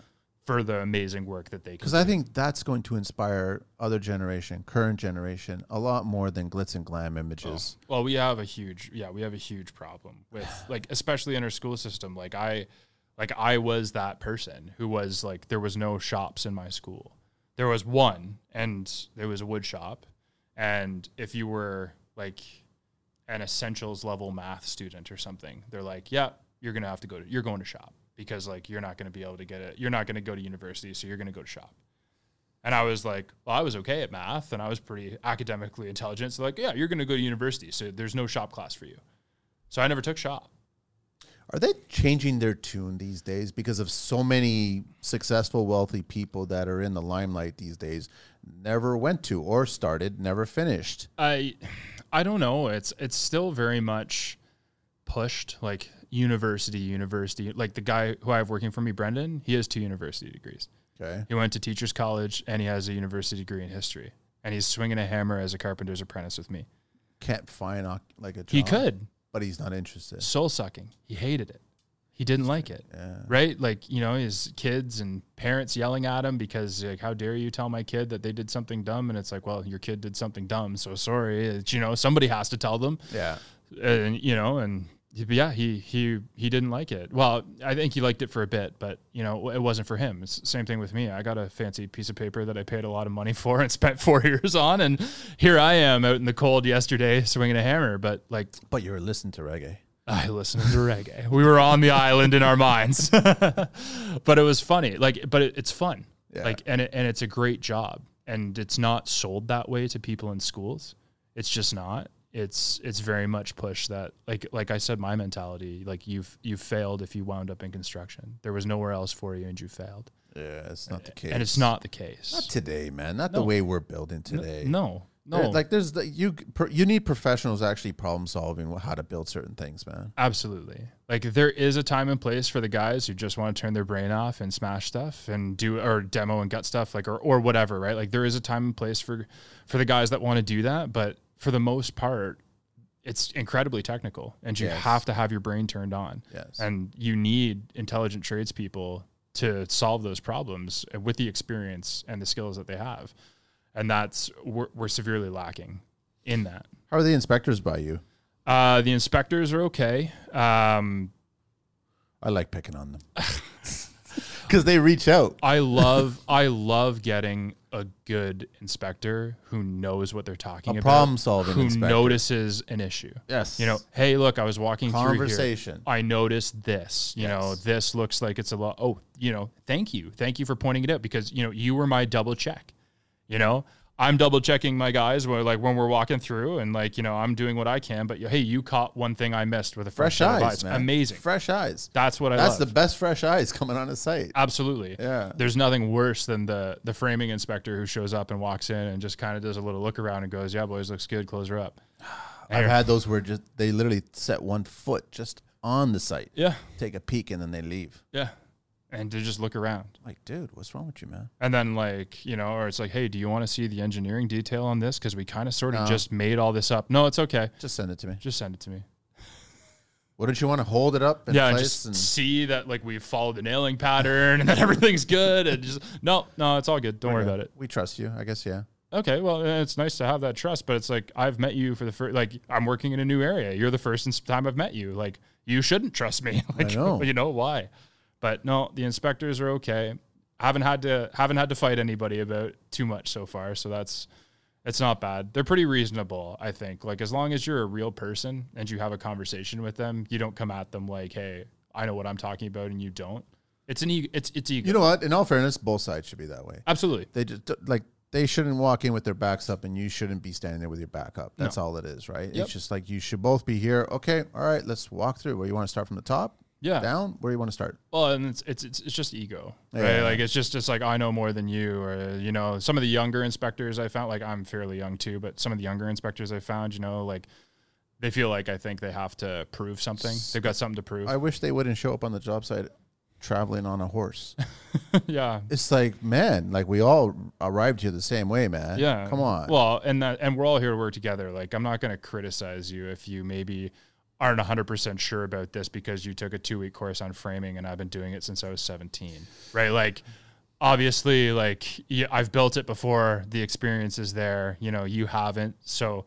A: for the amazing work that they.
B: because
A: Because
B: I think that's going to inspire other generation, current generation, a lot more than glitz and glam images.
A: well, we have a huge yeah, we have a huge problem with like especially in our school system. Like I, like I was that person who was like there was no shops in my school. There was one, and there was a wood shop, and if you were like an essentials level math student or something, they're like, yeah, you're gonna have to go to you're going to shop because like you're not gonna be able to get it. You're not gonna go to university, so you're gonna go to shop. And I was like, well, I was okay at math and I was pretty academically intelligent. So like, yeah, you're gonna go to university, so there's no shop class for you. So I never took shop.
B: Are they changing their tune these days because of so many successful, wealthy people that are in the limelight these days? Never went to or started, never finished.
A: I I don't know. It's it's still very much pushed like university, university. Like the guy who I have working for me, Brendan, he has two university degrees.
B: Okay.
A: He went to teachers college and he has a university degree in history. And he's swinging a hammer as a carpenter's apprentice with me.
B: can't find a- like a job.
A: He could
B: but he's not interested.
A: soul sucking. He hated it. he didn't like it. Right? Like, you know, his kids and parents yelling at him because, like, how dare you tell my kid that they did something dumb? And it's like, well, your kid did something dumb. So sorry. It's, you know, somebody has to tell them.
B: Yeah.
A: And, you know, and yeah, he, he, he didn't like it. Well, I think he liked it for a bit, but, you know, it wasn't for him. It's the same thing with me. I got a fancy piece of paper that I paid a lot of money for and spent four years on. And here I am out in the cold yesterday swinging a hammer. But, like,
B: But you're listening to reggae.
A: I listened to reggae. We were on the island in our minds, but it was funny. Like, but it, it's fun.
B: Yeah.
A: Like, and it, and it's a great job, and it's not sold that way to people in schools. It's just not. It's it's very much pushed that like like I said, my mentality like you've you've failed if you wound up in construction. There was nowhere else for you, and you failed.
B: Yeah, it's not the case.
A: And it's not the case.
B: Not today, man. Not the way we're building today.
A: no, no,
B: There- like there's the, you per- you need professionals actually problem solving wh- how to build certain things, man.
A: Absolutely. Like there is a time and place for the guys who just want to turn their brain off and smash stuff and do or demo and gut stuff like or or whatever, right? Like there is a time and place for for the guys that want to do that, but for the most part it's incredibly technical and you
B: Yes.
A: have to have your brain turned on.
B: Yes.
A: And you need intelligent tradespeople to solve those problems with the experience and the skills that they have. And that's we're, we're severely lacking in that.
B: How are the inspectors by you?
A: Uh, the inspectors are okay. Um,
B: I like picking on them because they reach out.
A: I love I love getting a good inspector who knows what they're talking
B: A
A: about,
B: problem-solving
A: who
B: inspector.
A: notices an issue.
B: Yes,
A: You know, hey, look, I was walking through here.
B: conversation.
A: I noticed this. You know,
B: Yes.
A: this looks like it's a lot. Oh, you know, thank you, thank you for pointing it out because you know you were my double check. You know, I'm double checking my guys where like when we're walking through and like you know I'm doing what I can, but hey, you caught one thing I missed with a
B: Fresh
A: set of
B: eyes, man.
A: Amazing.
B: Fresh eyes.
A: That's what I.
B: That's
A: love.
B: the best fresh eyes coming on a site.
A: Absolutely.
B: Yeah.
A: There's nothing worse than the the framing inspector who shows up and walks in and just kind of does a little look around and goes, "Yeah, boys, looks good. Close her up."
B: I've had those where just they literally set one foot just on the site,
A: Yeah.
B: take a peek, and then they leave.
A: Yeah. And to just look around.
B: Like, dude, what's wrong with you, man?
A: And then like, you know, or it's like, "Hey, do you want to see the engineering detail on this cuz we kind of
B: Uh-huh.
A: sort of just made all this up." No, it's okay.
B: Just send it to me.
A: Just send it to me.
B: What don't you want to hold it up? In
A: yeah, and
B: place
A: just
B: and
A: see that like we followed the nailing pattern and that everything's good and just no, no, it's all good. Don't worry about it.
B: we trust you. I guess yeah.
A: okay, well, eh, it's nice to have that trust, but it's like I've met you for the first, like I'm working in a new area. You're the first ins- time I've met you. Like you shouldn't trust me. Like
B: know.
A: you know why? But no, the inspectors are okay. Haven't had to haven't had to fight anybody about too much so far, so that's it's not bad. They're pretty reasonable, I think. Like as long as you're a real person and you have a conversation with them, you don't come at them like, "Hey, I know what I'm talking about," and you don't. It's an ego. It's it's ego.
B: You know what? In all fairness, both sides should be that way.
A: Absolutely.
B: They just like they shouldn't walk in with their backs up, and you shouldn't be standing there with your back up. That's all it is, right? It's just like you should both be here. Okay, all right, let's walk through. Where you want to start from the top?
A: Yeah.
B: Down? Where you want to start?
A: Well, and it's it's it's, it's just ego, right?
B: Yeah.
A: Like it's just it's like I know more than you, or you know, some of the younger inspectors I found, like I'm fairly young too, but some of the younger inspectors I found, you know, like they feel like I think they have to prove something. They've got something to prove.
B: I wish they wouldn't show up on the job site traveling on a horse.
A: yeah,
B: it's like, man, like we all arrived here the same way, man.
A: yeah.
B: Come on.
A: Well, and that and we're all here to work together. Like I'm not going to criticize you if you maybe aren't 100% sure about this because you took a 2-week course on framing and I've been doing it since I was 17. Right? Like obviously like yeah, I've built it before, the experience is there, you know, you haven't. So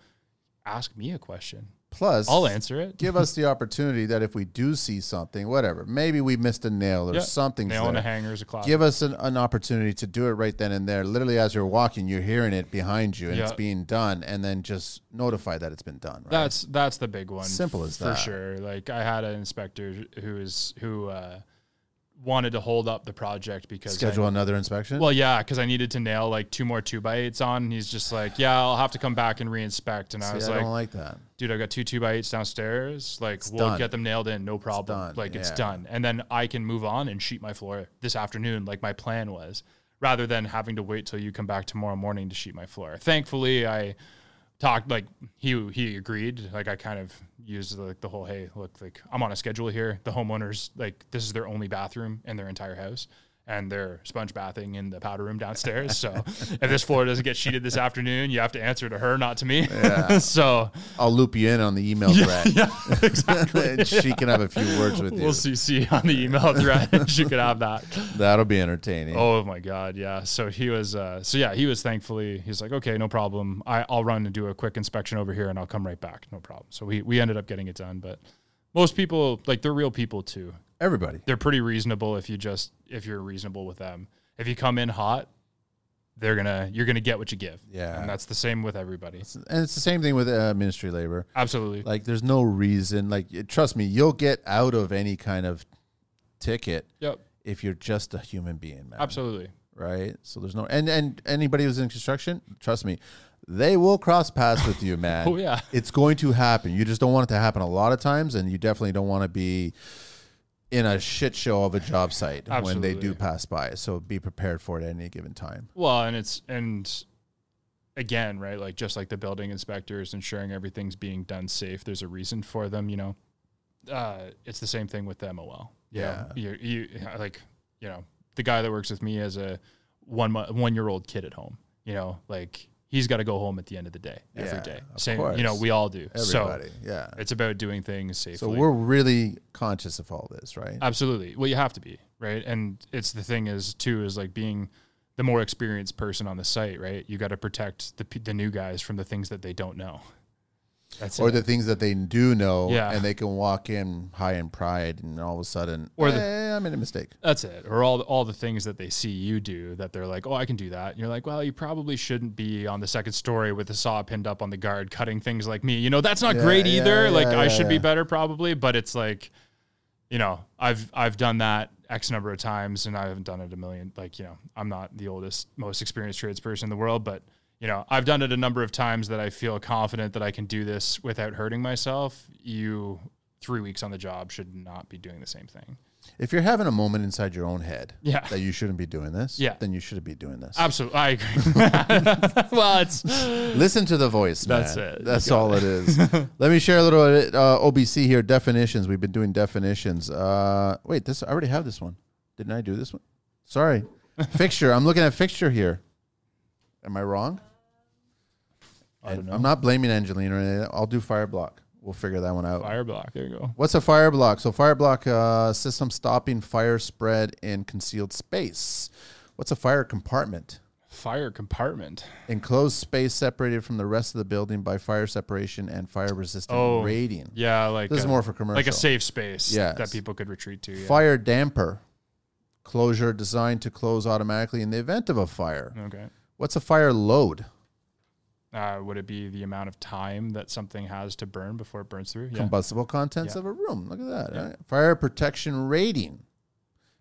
A: ask me a question.
B: Plus,
A: I'll answer it.
B: give us the opportunity that if we do see something, whatever, maybe we missed a nail or
A: Yeah.
B: something.
A: Nail on a hanger is a class.
B: give us an, an opportunity to do it right then and there. Literally, as you're walking, you're hearing it behind you, and it's
A: Yeah.
B: being done, and then just notify that it's been done. Right?
A: That's that's the big one.
B: Simple as
A: for
B: that.
A: sure. Like I had an inspector who is who uh, wanted to hold up the project because I
B: Schedule another inspection.
A: Well, yeah, because I needed to nail like two more two by eights on. And he's just like, yeah, I'll have to come back and reinspect. And I
B: See,
A: was
B: I
A: like,
B: don't like that.
A: dude, I got two two by eights downstairs. Like, we'll
B: done.
A: get them nailed in, no problem.
B: done,
A: Like, it's
B: yeah.
A: done. And then I can move on and sheet my floor this afternoon, like my plan was, rather than having to wait till you come back tomorrow morning to sheet my floor. Thankfully, I talked like he he agreed like i kind of used like the whole hey look like i'm on a schedule here the homeowners like this is their only bathroom in their entire house and they're sponge bathing in the powder room downstairs. So if this floor doesn't get sheeted this afternoon, you have to answer to her, not to me. so
B: I'll loop you in on the email thread.
A: yeah, exactly.
B: And she can have a few words with you.
A: We'll CC on the email thread. she could have that.
B: That'll be entertaining.
A: Oh my God. Yeah. So he was, uh, so yeah, he was thankfully, he's like, okay, no problem. I, I'll run and do a quick inspection over here and I'll come right back. No problem. So we, we ended up getting it done. But most people, like, they're real people too.
B: Everybody.
A: They're pretty reasonable if you just, if you're reasonable with them. If you come in hot, they're gonna, you're gonna get what you give.
B: Yeah.
A: And that's the same with everybody.
B: And it's the same thing with uh, ministry labor.
A: Absolutely.
B: Like, there's no reason. Like, y- trust me, you'll get out of any kind of ticket
A: Yep.
B: if you're just a human being, man.
A: Absolutely.
B: Right. So there's no. And and anybody who's in construction, trust me, they will cross paths with you, man.
A: Oh, yeah.
B: It's going to happen. You just don't want it to happen a lot of times, and you definitely don't want to be in a shit show of a job site when they do
A: Absolutely.
B: pass by. So be prepared for it at any given time.
A: Well, and it's and again, right? Like just like the building inspectors ensuring everything's being done safe. There's a reason for them, you know. Uh, it's the same thing with MOL. you know? you you like you know the guy that works with me has a one mo- one year old kid at home. You know, like he's got to go home at the end of the day every
B: Yeah,
A: day.
B: of
A: Same, you know,
B: course.
A: we all do.
B: Everybody. yeah.
A: So it's about doing things safely.
B: So we're really conscious of all this, right?
A: Absolutely. Well, you have to be right, and it's the thing is too is like being the more experienced person on the site, right? You got to protect the p- the new guys from the things that they don't know. That's
B: or
A: it.
B: the things that they do know,
A: Yeah.
B: and they can walk in high in pride, and all of a sudden,
A: Or the-
B: hey, I made a mistake.
A: that's it. Or all all the things that they see you do that they're like, oh, I can do that. And you're like, well, you probably shouldn't be on the second story with the saw pinned up on the guard, cutting things like me. You know, that's not
B: Yeah,
A: great
B: yeah,
A: either.
B: yeah,
A: like I
B: yeah,
A: should be
B: yeah.
A: better probably, but it's like, you know, I've I've done that x number of times, and I haven't done it a million. Like you know, I'm not the oldest, most experienced tradesperson in the world, but you know, I've done it a number of times that I feel confident that I can do this without hurting myself. You. Three weeks on the job should not be doing the same thing.
B: If you're having a moment inside your own head
A: Yeah.
B: that you shouldn't be doing this,
A: Yeah.
B: then you shouldn't be doing this.
A: Absolutely, I agree. well, it's
B: Listen to the voice.
A: That's
B: man.
A: it.
B: That's
A: You got
B: all it is. Let me share a little uh, OBC here. Definitions. We've been doing definitions. Uh, wait, this I already have this one. Didn't I do this one? Sorry. fixture. I'm looking at fixture here. Am I wrong?
A: I don't know.
B: I'm not blaming Angelina. or anything. I'll do fire block. We'll figure that one out.
A: Fire block. There you go.
B: What's a fire block? So fire block uh, system stopping fire spread in concealed space. What's a fire compartment?
A: Fire compartment.
B: Enclosed space separated from the rest of the building by fire separation and fire resistant
A: Oh,
B: rating.
A: Yeah, like
B: This is
A: a-
B: more for commercial.
A: like a safe space
B: Yes.
A: that people could retreat to. Yeah.
B: Fire damper. Closure designed to close automatically in the event of a fire.
A: Okay.
B: What's a fire load?
A: Uh, would it be the amount of time that something has to burn before it burns through? Yeah.
B: combustible contents
A: Yeah.
B: of a room. Look at that. right? Fire protection rating.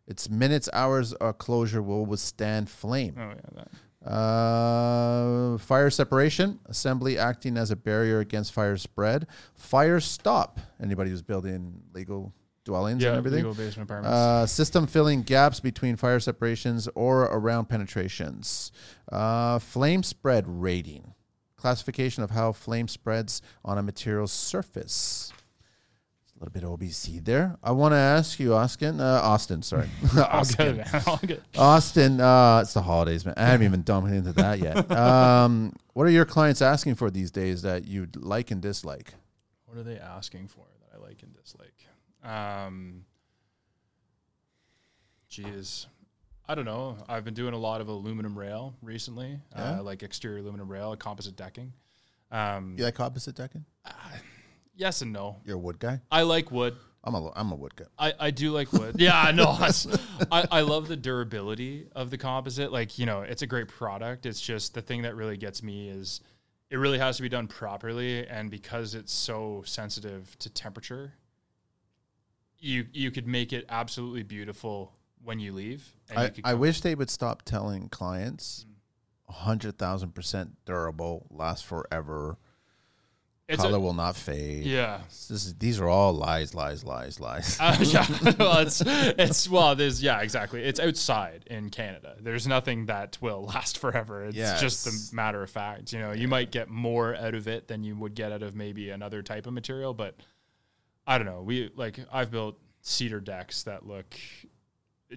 B: It's minutes, hours, or closure will withstand flame.
A: Oh yeah. That.
B: Uh, fire separation, assembly acting as a barrier against fire spread. Fire stop. Anybody who's building legal dwellings
A: Yeah.
B: and everything.
A: Legal basement apartments.
B: Uh, system filling gaps between fire separations or around penetrations. Uh, flame spread rating. Classification of how flame spreads on a material's surface. A little bit OBC there. I want to ask you, Austin. Uh, Austin, sorry.
A: I'll get it. I'll get it.
B: Austin, uh, it's the holidays, man. I haven't even dumped into that yet. Um, what are your clients asking for these days that you like and dislike?
A: What are they asking for that I like and dislike? Um, geez, I don't know. I've been doing a lot of aluminum rail recently,
B: Yeah?
A: uh, like exterior aluminum rail, composite decking. Um,
B: You like opposite decking?
A: Yes and no.
B: You're a wood guy.
A: I like wood.
B: I'm a I'm a wood guy.
A: I, I do like wood. yeah, I know. I, I love the durability of the composite. Like, you know, it's a great product. It's just the thing that really gets me is it really has to be done properly. And because it's so sensitive to temperature, you you could make it absolutely beautiful when you leave. And you
B: I,
A: could
B: I
A: come-
B: wish they would stop telling clients hundred thousand percent durable, last forever,
A: it's
B: color
A: a,
B: will not fade.
A: Yeah.
B: This is, these are all lies, lies, lies, lies.
A: Uh, yeah, well, it's it's well, there's yeah, exactly. It's outside in Canada. There's nothing that will last forever. It's
B: Yes.
A: just a matter of fact. You know, you might get more out of it than you would get out of maybe another type of material, but I don't know. We like I've built cedar decks that look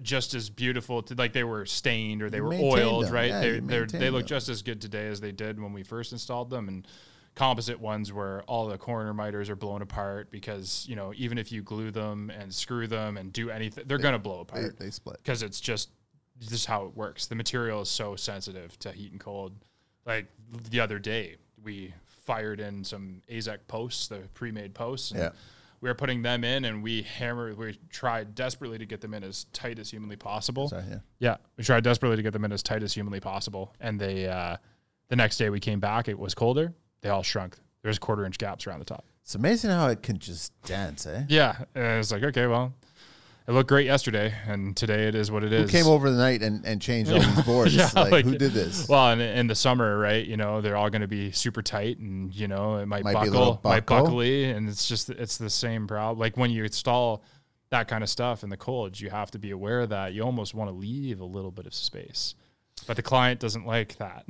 A: just as beautiful to like they were stained or they
B: You
A: were
B: maintained
A: oiled,
B: them.
A: right?
B: Yeah,
A: they
B: you
A: they're,
B: maintained
A: they look
B: them.
A: just as good today as they did when we first installed them and composite ones where all the corner miters are blown apart because, you know, even if you glue them and screw them and do anything, they're going to blow
B: They,
A: apart
B: they split.
A: because it's just this is how it works. The material is so sensitive to heat and cold. Like the other day, we fired in some AZEC posts, the pre-made posts. And
B: Yeah.
A: We were putting them in, and we hammered. We tried desperately to get them in as tight as humanly possible.
B: Sorry, yeah.
A: Yeah, we tried desperately to get them in as tight as humanly possible, and they. Uh, the next day we came back, it was colder. They all shrunk. There's quarter inch gaps around the top.
B: It's amazing how it can just dance, eh?
A: Yeah, and it's like okay, well, it looked great yesterday, and today it is what it is.
B: Who came over the night and, and changed all these boards?
A: Yeah,
B: like,
A: like-
B: who did this?
A: Well, in, in the summer, right? You know, they're all going to be super tight, and you know, it might,
B: Might be a
A: buckle,
B: little
A: might
B: buckle.
A: buckly, and it's just it's the same problem. Like when you install that kind of stuff in the cold, you have to be aware of that. You almost want to leave a little bit of space, but the client doesn't like that.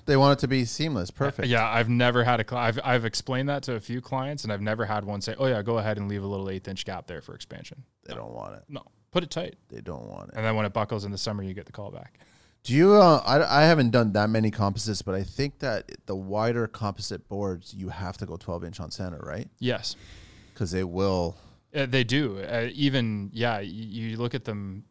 B: They want it to be seamless, perfect.
A: yeah, I've never had a. Cl- I've I've explained that to a few clients, and I've never had one say, "Oh yeah, go ahead and leave a little eighth inch gap there for expansion."
B: They don't want it.
A: No, put it tight,
B: They don't want it.
A: and then when it buckles in the summer, you get the call back.
B: Do you? Uh, I I haven't done that many composites, but I think that the wider composite boards you have to go 12 inch on center, right?
A: Yes.
B: Because they will.
A: Uh, they do. Uh, even yeah, you, you look at them.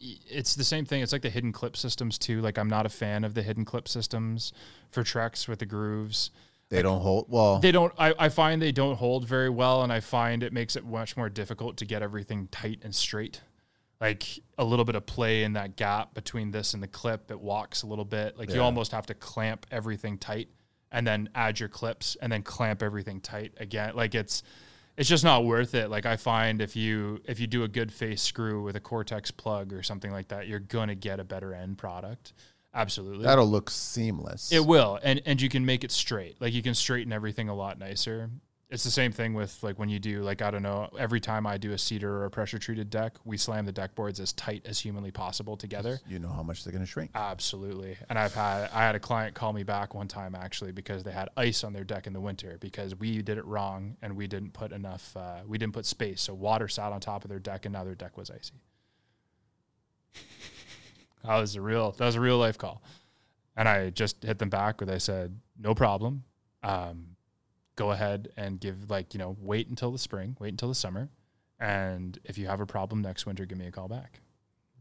A: y- It's the same thing. It's like the hidden clip systems too. Like I'm not a fan of the hidden clip systems for Treks with the grooves.
B: They don't hold well.
A: They don't. I, I find they don't hold very well, and I find it makes it much more difficult to get everything tight and straight. Like a little bit of play in that gap between this and the clip, it walks a little bit. Like you
B: Yeah.
A: almost have to clamp everything tight, and then add your clips, and then clamp everything tight again. Like it's it's just not worth it. Like I find if you if you do a good face screw with a Cortex plug or something like that, you're gonna get a better end product. Absolutely.
B: That'll look seamless.
A: It will, and and you can make it straight. Like you can straighten everything a lot nicer. It's the same thing with like when you do like I don't know. Every time I do a cedar or a pressure treated deck, we slam the deck boards as tight as humanly possible together.
B: you know how much they're gonna shrink.
A: Absolutely. And I've had I had a client call me back one time actually because they had ice on their deck in the winter because we did it wrong and we didn't put enough uh, we didn't put space so water sat on top of their deck and now their deck was icy. that was a real that was a real life call. And I just hit them back with I said, "No problem. Um, go ahead and give like, you know, wait until the spring, wait until the summer, and if you have a problem next winter, give me a call back."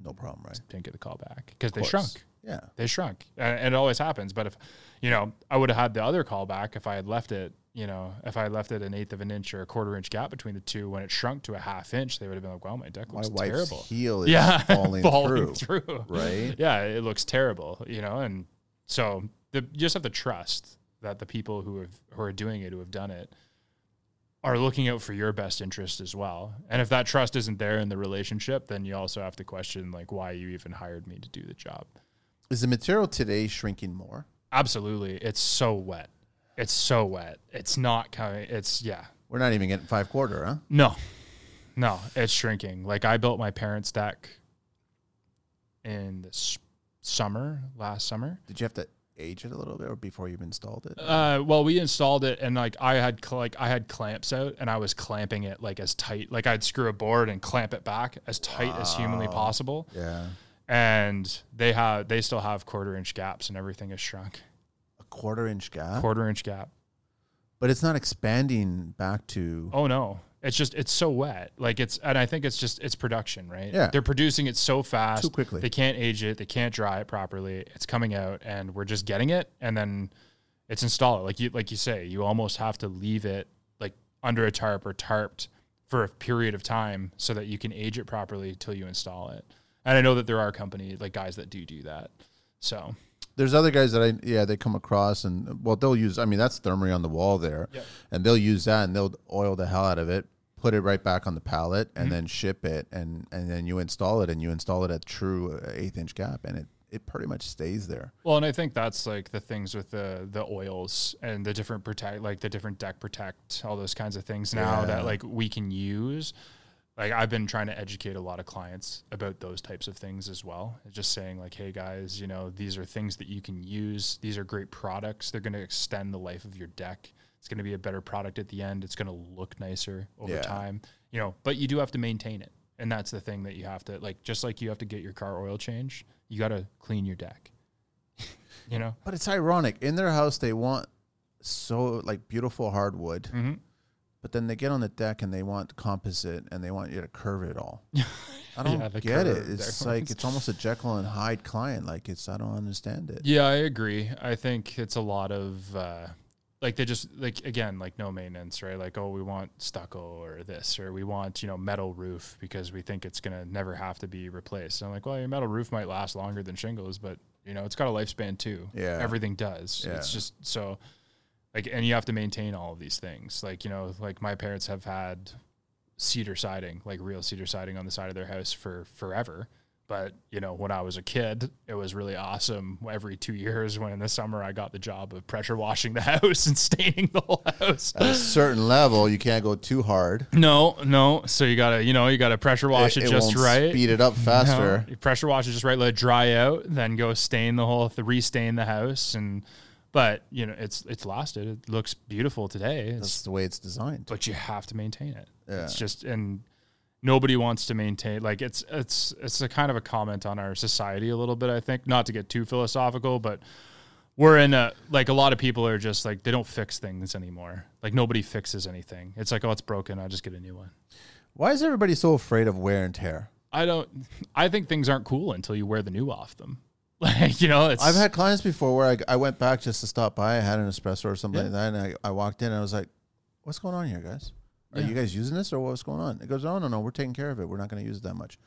B: No problem, right?
A: Didn't get the call back because they
B: course.
A: shrunk
B: Yeah.
A: they shrunk and, and it always happens but if you know i would have had the other call back if i had left it you know if i had left it an eighth of an inch or a quarter inch gap between the two when it shrunk to a half inch they would have been like wow my deck
B: My
A: looks
B: wife's
A: terrible
B: heel is
A: yeah
B: falling, through,
A: through,
B: Right.
A: yeah it looks terrible you know and so the, you just have to trust that the people who have who are doing it who have done it are looking out for your best interest as well and if that trust isn't there in the relationship then you also have to question like why you even hired me to do the job
B: Is the material today shrinking more?
A: Absolutely. It's so wet. It's so wet. It's not coming. It's yeah.
B: We're not even getting five quarter, huh?
A: No. No, it's shrinking. Like I built my parents' deck in the s- summer, last summer.
B: Did you have to age it a little bit, or before you've installed it?
A: Uh, well, we installed it, and like I had cl- like I had clamps out, and I was clamping it like as tight, like I'd screw a board and clamp it back as tight as humanly
B: Wow.
A: possible.
B: yeah.
A: And they have they still have quarter inch gaps, and everything is shrunk.
B: A quarter inch gap,
A: Quarter inch gap.
B: but it's not expanding back to.
A: Oh no. It's just it's so wet. Like it's and I think it's just it's production, right?
B: Yeah.
A: They're producing it so fast.
B: Too quickly.
A: They can't age it, they can't dry it properly. It's coming out and we're just getting it and then it's installed. Like you like you say, you almost have to leave it like under a tarp or tarped for a period of time so that you can age it properly till you install it. And I know that there are company like guys that do do that. So
B: There's other guys that I yeah they come across and well they'll use I mean that's thermery on the wall there,
A: Yeah.
B: and they'll use that and they'll oil the hell out of it, put it right back on the pallet, and
A: Mm-hmm.
B: then ship it and and then you install it and you install it at true uh, eighth inch gap and it it pretty much stays there.
A: Well, and I think that's like the things with the the oils and the different protect, like the different deck protect, all those kinds of things now
B: Yeah.
A: that like we can use. Like I've been trying to educate a lot of clients about those types of things as well. Just saying like, hey guys, you know, these are things that you can use. These are great products. They're going to extend the life of your deck. It's going to be a better product at the end. It's going to look nicer over
B: Yeah.
A: time, you know, but you do have to maintain it. And that's the thing that you have to like just like you have to get your car oil changed, you got to clean your deck. you know?
B: But it's ironic. In their house, they want so like beautiful hardwood,
A: Mhm.
B: but then they get on the deck and they want composite and they want you to curve it all. I don't
A: Yeah, the
B: get it.
A: curve
B: It's
A: there.
B: like it's almost a Jekyll and Hyde client. Like it's I don't understand it.
A: Yeah, I agree. I think it's a lot of uh, like they just like again like no maintenance, right? Like oh, we want stucco or this or we want you know metal roof because we think it's gonna never have to be replaced. And I'm like, well, your metal roof might last longer than shingles, but you know it's got a lifespan too.
B: Yeah.
A: everything does. It's
B: Yeah.
A: just so like, and you have to maintain all of these things. Like you know, like my parents have had cedar siding, like real cedar siding on the side of their house for forever. But you know, when I was a kid, it was really awesome. Every two years, when in the summer I got the job of pressure washing the house and staining the whole house.
B: At a certain level, you can't go too hard.
A: No, no. So you gotta, you know, you gotta pressure wash it, just
B: won't
A: right.
B: Speed it up
A: No,
B: faster.
A: you pressure wash it just right, let it dry out, then go stain the whole, restain the house, and but you know, it's it's lasted. It looks beautiful today. It's
B: That's the way it's designed.
A: but you have to maintain it.
B: Yeah.
A: It's just and nobody wants to maintain like it's it's it's a kind of a comment on our society a little bit, I think. Not to get too philosophical, but we're in a like a lot of people are just like they don't fix things anymore. Like nobody fixes anything. It's like, oh, it's broken, I just get a new one.
B: Why is everybody so afraid of wear and tear?
A: I don't I think things aren't cool until you wear the new off them. Like, you know, it's
B: I've had clients before where I, I went back just to stop by. I had an espresso or something like that, and I, I walked in and I was like, "What's going on here, guys? Are you guys using this or what's going on?" It goes, "Oh no, no, we're taking care of it. We're not going to use it that much."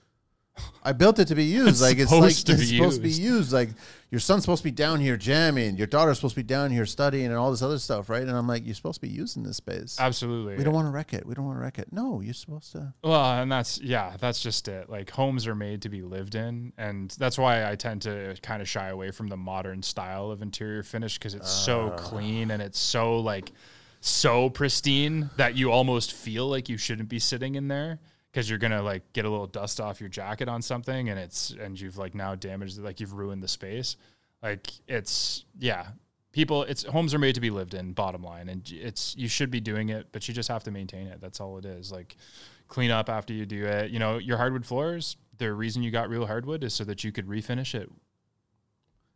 B: I built it to be used. like it's like
A: supposed to
B: it's
A: be
B: supposed to be
A: used.
B: used. Like your son's supposed to be down here jamming. Your daughter's supposed to be down here studying and all this other stuff, right? And I'm like, "You're supposed to be using this space.
A: absolutely
B: we don't want to wreck it. We don't want to wreck it. No, you're supposed to."
A: Well, and that's yeah, that's just it. Like homes are made to be lived in, and that's why I tend to kind of shy away from the modern style of interior finish because it's so clean and it's so like so pristine that you almost feel like you shouldn't be sitting in there because you're gonna like get a little dust off your jacket on something, and it's and you've like now damaged like you've ruined the space. Like it's yeah. People, it's homes are made to be lived in. Bottom line, and it's you should be doing it, but you just have to maintain it. That's all it is. Like, clean up after you do it. You know, your hardwood floors, the reason you got real hardwood is so that you could refinish it.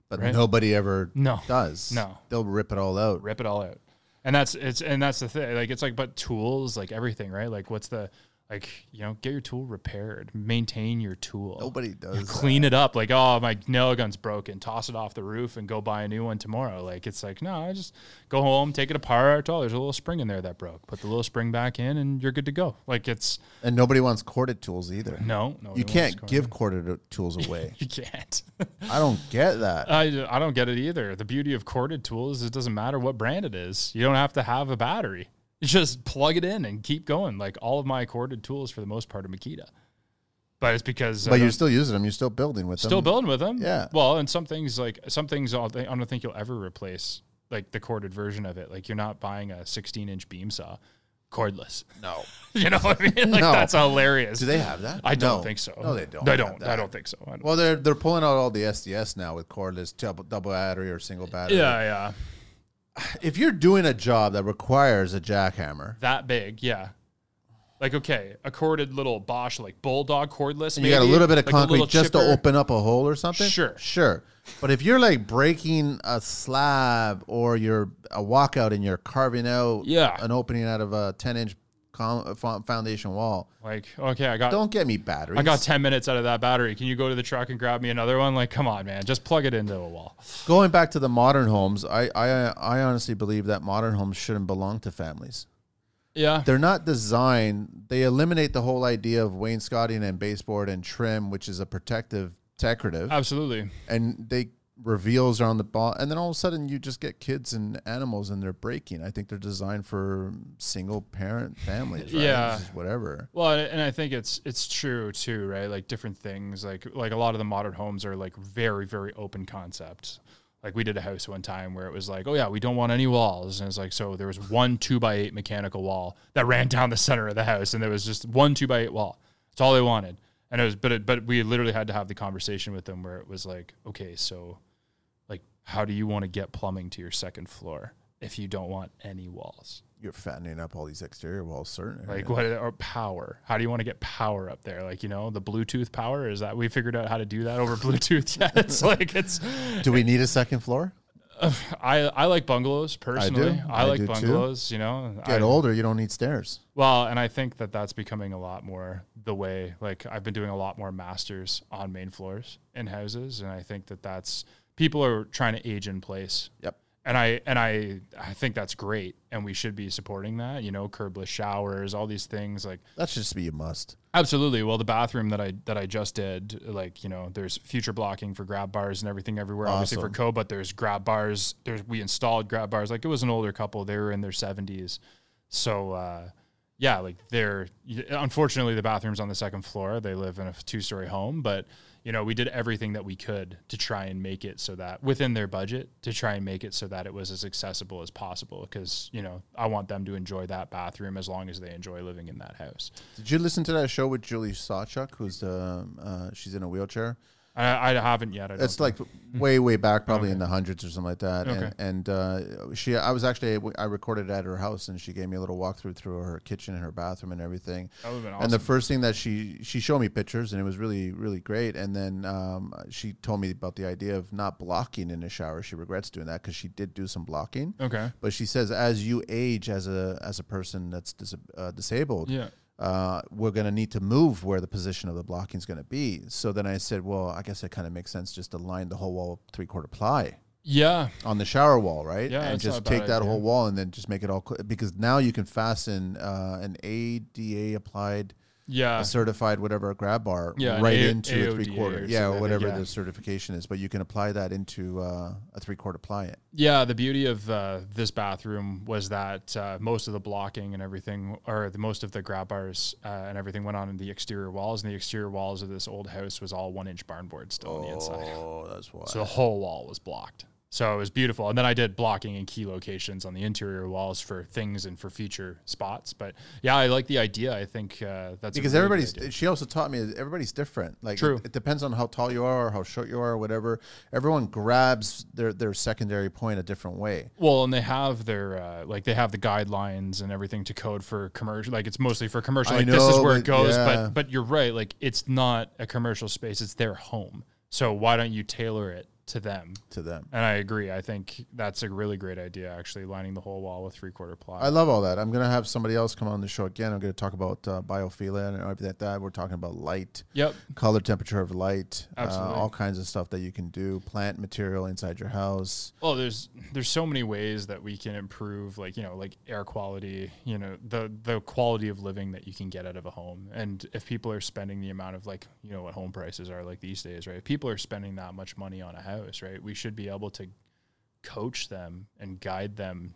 B: But
A: Right.
B: nobody ever
A: No.
B: does.
A: No.
B: they'll rip it all out.
A: Rip it all out. And that's it's and that's the thing. Like it's like but tools, like everything, right? Like what's the like, you know, get your tool repaired. Maintain your tool.
B: Nobody does. that.
A: Clean it up. Like, oh my nail gun's broken. Toss it off the roof and go buy a new one tomorrow. Like it's like, no, I just go home, take it apart. Oh, there's a little spring in there that broke. Put the little spring back in and you're good to go. Like it's
B: And nobody wants corded tools either.
A: no, no. no
B: You
A: one's
B: can't
A: going-
B: give corded o- tools away.
A: you can't.
B: I don't get that.
A: I, I don't get it either. The beauty of corded tools is it doesn't matter what brand it is. You don't have to have a battery. You just plug it in and keep going. Like all of my corded tools for the most part are Makita. But it's because I
B: But
A: don't-
B: you're still using them. You're still building with them.
A: still building with them.
B: Yeah.
A: Well, and some things like some things I'll thi- I don't think you'll ever replace like the corded version of it. Like you're not buying a 16 inch beam saw cordless.
B: No.
A: You know what I mean? Like
B: No.
A: that's hilarious.
B: Do they have that?
A: I don't
B: No.
A: think so.
B: No, they don't.
A: I
B: have
A: don't. I
B: that.
A: don't think so. I don't-
B: Well, they're they're pulling out all the SDS now with cordless double, double battery or single battery.
A: yeah, yeah.
B: If you're doing a job that requires a jackhammer,
A: that big, yeah. Like okay, a corded little Bosch like bulldog cordless.
B: and you got a
A: maybe,
B: little bit of
A: like a little
B: concrete just
A: chipper.
B: to open up a hole or something.
A: Sure.
B: sure. But if you're like breaking a slab or you're a walkout and you're carving out
A: Yeah.
B: an opening out of a 10 inch com- fo- foundation wall,
A: Like okay, I got
B: don't get me batteries.
A: I got ten minutes out of that battery. Can you go to the truck and grab me another one? Like come on, man, just plug it into a wall.
B: Going back to the modern homes, I, I I honestly believe that modern homes shouldn't belong to families.
A: Yeah,
B: They're not designed. They eliminate the whole idea of wainscoting and baseboard and trim, which is a protective decorative,
A: absolutely.
B: and they reveals are on the ball. And then all of a sudden, you just get kids and animals, and they're breaking. I think they're designed for single parent families. Right?
A: Yeah.
B: Just whatever.
A: Well, and and I think it's it's true too, right? Like different things, like like a lot of the modern homes are like very very open concept. Like we did a house one time where it was like, oh yeah, we don't want any walls, and it's like so there was one two by eight mechanical wall that ran down the center of the house, and there was just one two by eight wall. That's all they wanted, and it was but it, but we literally had to have the conversation with them where it was like, okay, so like how do you want to get plumbing to your second floor if you don't want any walls?
B: you're fattening up all these exterior walls, certainly.
A: Like what or power? How do you want to get power up there? Like you know the Bluetooth power is that we figured out how to do that over Bluetooth yet? It's like it's.
B: Do we need a second floor?
A: I I like bungalows personally. I,
B: I
A: like
B: do too.
A: bungalows. You know, I,
B: Get older, you don't need stairs.
A: well, and I think that that's becoming a lot more the way. Like I've been doing a lot more masters on main floors in houses, and I think that that's people are trying to age in place
B: Yep.
A: and I and I I think that's great, and we should be supporting that. You know, curbless showers, all these things. Like
B: That should just be a must.
A: absolutely. Well, the bathroom that I that I just did, like you know, there's future blocking for grab bars and everything everywhere. Obviously for
B: Awesome.
A: Co, but there's grab bars. There's we installed grab bars. Like it was an older couple. They were in their seventies, so. uh yeah, like they're unfortunately the bathroom's on the second floor. They live in a two-story home, but you know we did everything that we could to try and make it so that within their budget to try and make it so that it was as accessible as possible. Because you know I want them to enjoy that bathroom as long as they enjoy living in that house.
B: Did you listen to that show with Julie Sawchuk, who's um, uh, she's in a wheelchair?
A: I, I haven't yet. I don't
B: It's like way, way back, probably in the hundreds or something like that. And, and uh, she, I was actually, I recorded at her house, and she gave me a little walkthrough through her kitchen and her bathroom and everything.
A: That would've been
B: And the
A: awesome.
B: first thing that she she showed me pictures, and it was really, really great. And then um, she told me about the idea of not blocking in the shower. She regrets doing that because she did do some blocking.
A: okay.
B: But she says, as you age as a as a person that's dis- uh, disabled,
A: Yeah.
B: uh, we're going to need to move where the position of the blocking is going to be. So then I said, well, I guess it kind of makes sense just to line the whole wall with three quarter ply
A: Yeah.
B: on the shower wall, right?
A: Yeah,
B: and
A: that's not a
B: just
A: bad
B: take that
A: idea.
B: whole wall and then just make it all cl- because now you can fasten uh, an ADA applied.
A: Yeah.
B: certified whatever grab bar
A: Yeah, an
B: right
A: A-
B: into a
A: AODA
B: three quarter
A: or
B: yeah
A: something,
B: or whatever
A: yeah.
B: the certification is but you can apply that into uh, a three quarter ply it
A: Yeah, the beauty of uh, this bathroom was that uh, most of the blocking and everything, or the most of the grab bars uh, and everything, went on in the exterior walls, and the exterior walls of this old house was all one-inch barn board still on the inside,
B: oh that's why
A: so the whole wall was blocked. So it was beautiful, and then I did blocking in key locations on the interior walls for things and for future spots. But yeah, I like the idea. I think uh, that's a really
B: because
A: good
B: everybody's
A: idea.
B: she also taught me that everybody's different like
A: True.
B: It, it depends on how tall you are or how short you are or whatever everyone grabs their their secondary point a different way
A: Well, and they have their uh, like they have the guidelines and everything to code for commercial. Like it's mostly for commercial.
B: I
A: Like this is
B: know,
A: where it
B: but-
A: goes.
B: yeah.
A: But but you're right. Like it's not a commercial space. It's their home. So why don't you tailor it to them?
B: to them
A: And I agree. I think that's a really great idea. Actually, lining the whole wall with three quarter ply.
B: I love all that. I'm gonna have somebody else come on the show again. I'm gonna talk about uh, biophilia and everything like that. We're talking about light,
A: yep.
B: color, temperature of light, uh,
A: Absolutely.
B: all kinds of stuff that you can do. Plant material inside your house.
A: Well, there's there's so many ways that we can improve, like you know, like air quality, you know, the the quality of living that you can get out of a home. And if people are spending the amount of like you know what home prices are like these days, right? If people are spending that much money on a house, right? We should be able to coach them and guide them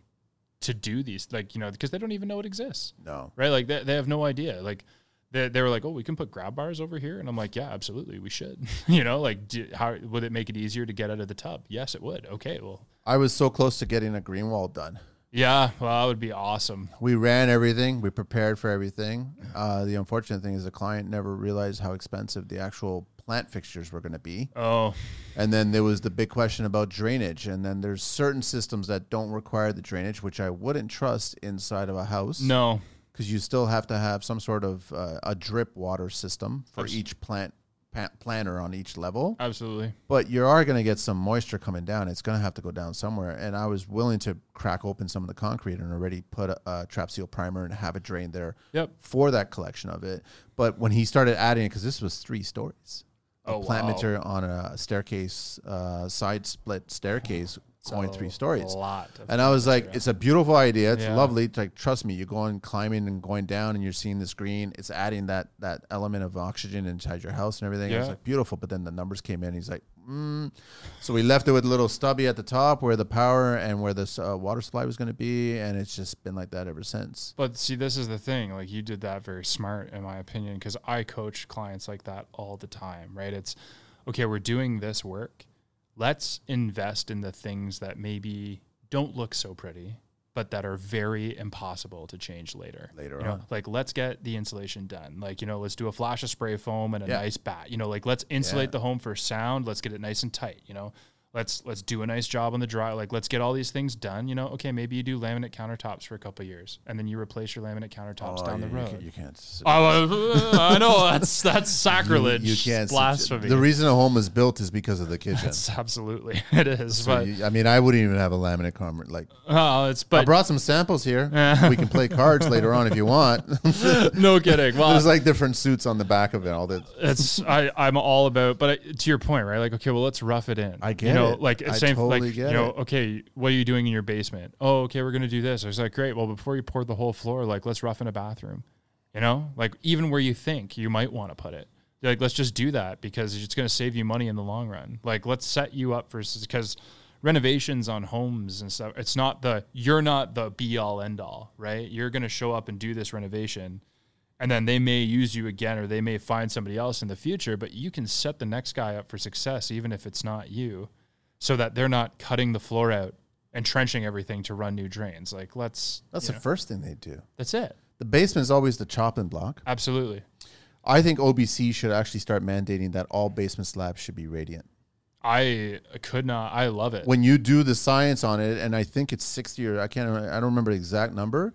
A: to do these, like you know, because they don't even know it exists
B: No.
A: right? Like they, they have no idea. Like they, they were like, oh, we can put grab bars over here, and I'm like, yeah, absolutely, we should. you know, like do, how would it make it easier to get out of the tub? Yes, it would. Okay, well,
B: I was so close to getting a green wall done.
A: yeah, well, that would be awesome.
B: We ran everything, we prepared for everything. Uh, the unfortunate thing is the client never realized how expensive the actual plant fixtures were going to be.
A: Oh,
B: And then there was the big question about drainage. And then there's certain systems that don't require the drainage, which I wouldn't trust inside of a house.
A: no,
B: Because you still have to have some sort of uh, a drip water system for
A: Abs-
B: each plant pa- planter on each level.
A: absolutely.
B: but you are going to get some moisture coming down. It's going to have to go down somewhere. And I was willing to crack open some of the concrete and already put a, a trap seal primer and have it drain there
A: Yep.
B: for that collection of it. But when he started adding it, because this was three stories
A: Oh,
B: of plant
A: wow.
B: material on a staircase, uh, side split staircase, going three
A: So,
B: stories.
A: A lot. Of,
B: And I was like, it's a beautiful idea. It's
A: Yeah.
B: lovely. It's like, trust me, you're going climbing and going down, and you're seeing this green. It's adding that that element of oxygen inside your house and everything. I was
A: Yeah.
B: like, beautiful. But then the numbers came in. He's like, mm. so we left it with a little stubby at the top where the power and where this uh, water supply was going to be, and it's just been like that ever since.
A: but see, this is the thing. Like you did that very smart, in my opinion, because I coach clients like that all the time. Right? It's okay. We're doing this work. Let's invest in the things that maybe don't look so pretty, but that are very impossible to change later.
B: Later
A: You know,
B: on.
A: like let's get the insulation done. Like you know, let's do a flash of spray foam and a
B: Yeah.
A: nice bat. You know, like let's insulate
B: Yeah.
A: the home for sound. Let's get it nice and tight. You know, let's let's do a nice job on the dry like let's get all these things done you know okay maybe you do laminate countertops for a couple years and then you replace your laminate countertops down the
B: Oh, you,
A: road
B: You, can, you can't. s-
A: Oh, uh, I know that's that's sacrilege
B: You can't. s-
A: blasphemy
B: The reason a home is built is because of the kitchen.
A: It's absolutely it is
B: So
A: but
B: you- I mean, I wouldn't even have a laminate camera. Like,
A: oh it's
B: I
A: but
B: brought some samples here. we can play cards later on if you want.
A: no kidding well
B: There's like different suits on the back of it. All that.
A: it's I I'm all about, but I, to your point, right? Like, okay, well, let's rough it in.
B: I
A: you
B: get
A: know,
B: it.
A: Like,
B: I
A: it's same,
B: totally
A: like,
B: get
A: you know,
B: it.
A: okay, what are you doing in your basement? Oh, okay, we're gonna do this. I was like, great. Well, before you pour the whole floor, like, let's rough in a bathroom. You know, like even where you think you might want to put it, like, let's just do that because it's gonna save you money in the long run. Like, let's set you up for because renovations on homes and stuff. It's not the you're not the be all end all, right? You're gonna show up and do this renovation and then they may use you again or they may find somebody else in the future but you can set the next guy up for success even if it's not you so that they're not cutting the floor out and trenching everything to run new drains like let's
B: That's
A: you
B: the
A: know,
B: first thing they do.
A: that's it
B: The basement is always the chopping block.
A: absolutely
B: I think OBC should actually start mandating that all basement slabs should be radiant.
A: i could not i love it
B: When you do the science on it, and I think it's sixty or I can't. remember- I don't remember the exact number.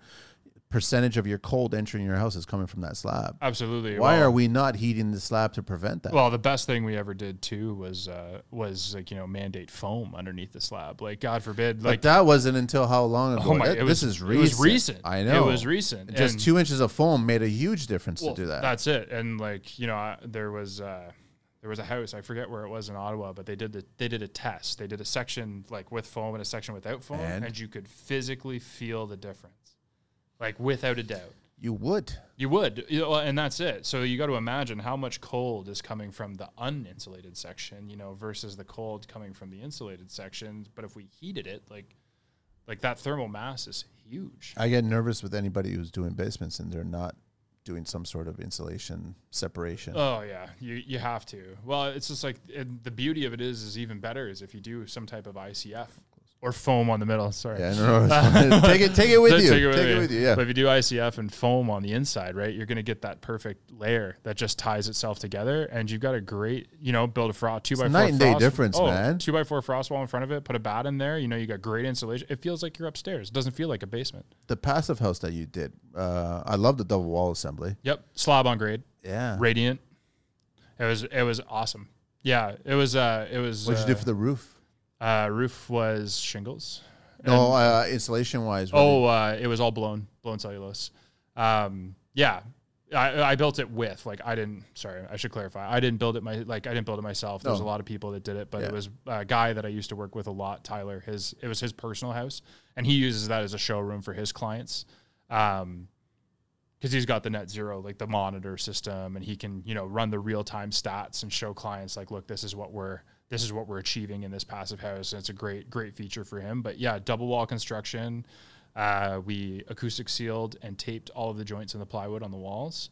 B: Percentage of your cold entering your house is coming from that slab.
A: absolutely
B: Why
A: Uh, well,
B: are we not heating the slab to prevent that?
A: well the best thing we ever did too was uh was like you know mandate foam underneath the slab like god forbid like
B: but that wasn't until how long ago?
A: oh my
B: That-
A: it was
B: this is
A: it
B: recent.
A: was recent
B: I know
A: it was recent
B: Just
A: And-
B: two inches of foam made a huge difference
A: Well,
B: to do that.
A: That's it. And like you know, I, there was uh, there was a house. I forget where it was in Ottawa, but they did the, they did a test. They did a section like with foam and a section without foam,
B: And?
A: and, you could physically feel the difference, like without a doubt.
B: you would.
A: You would, you know, and that's it. So you got to imagine how much cold is coming from the uninsulated section, you know, versus the cold coming from the insulated section. But if we heated it, like, like that thermal mass is huge.
B: I get nervous with anybody who's doing basements and they're not doing some sort of insulation separation.
A: Oh yeah, you you have to. Well, it's just like and the beauty of it is is even better is if you do some type of ICF or foam on the middle. Sorry.
B: yeah, no, no, it's- take it, take it with
A: Take
B: you.
A: it with
B: take
A: me.
B: it with you. Yeah.
A: But if you do ICF and foam on the inside, right, you're going to get that perfect layer that just ties itself together, and you've got a great, you know, build a frost two by four
B: night and day
A: frost- oh,
B: difference, man.
A: Two by four frost wall in front of it, put a bat in there. You know, you got great insulation. It feels like you're upstairs. It doesn't feel like a basement.
B: the passive house that you did, uh, I love the double wall assembly.
A: Yep, slab on grade,
B: Yeah.
A: radiant. It was it was awesome. Yeah, it was uh it was.
B: What'd you
A: uh,
B: do for the roof?
A: Uh, roof was shingles.
B: No, uh, insulation wise.
A: Oh, uh, it was all blown, blown cellulose. Um, yeah, I, I built it with like I didn't. Sorry, I should clarify. I didn't build it my like I didn't build it myself. There was
B: No.
A: a lot of people that did it, but
B: Yeah.
A: it was a guy that I used to work with a lot, Tyler. His it was his personal house, and he uses that as a showroom for his clients. Um, because he's got the net zero, like the monitor system, and he can, you know, run the real time stats and show clients like, look, this is what we're this is what we're achieving in this passive house. And it's a great, great feature for him. But yeah, double wall construction. Uh, we acoustic sealed and taped all of the joints in the plywood on the walls.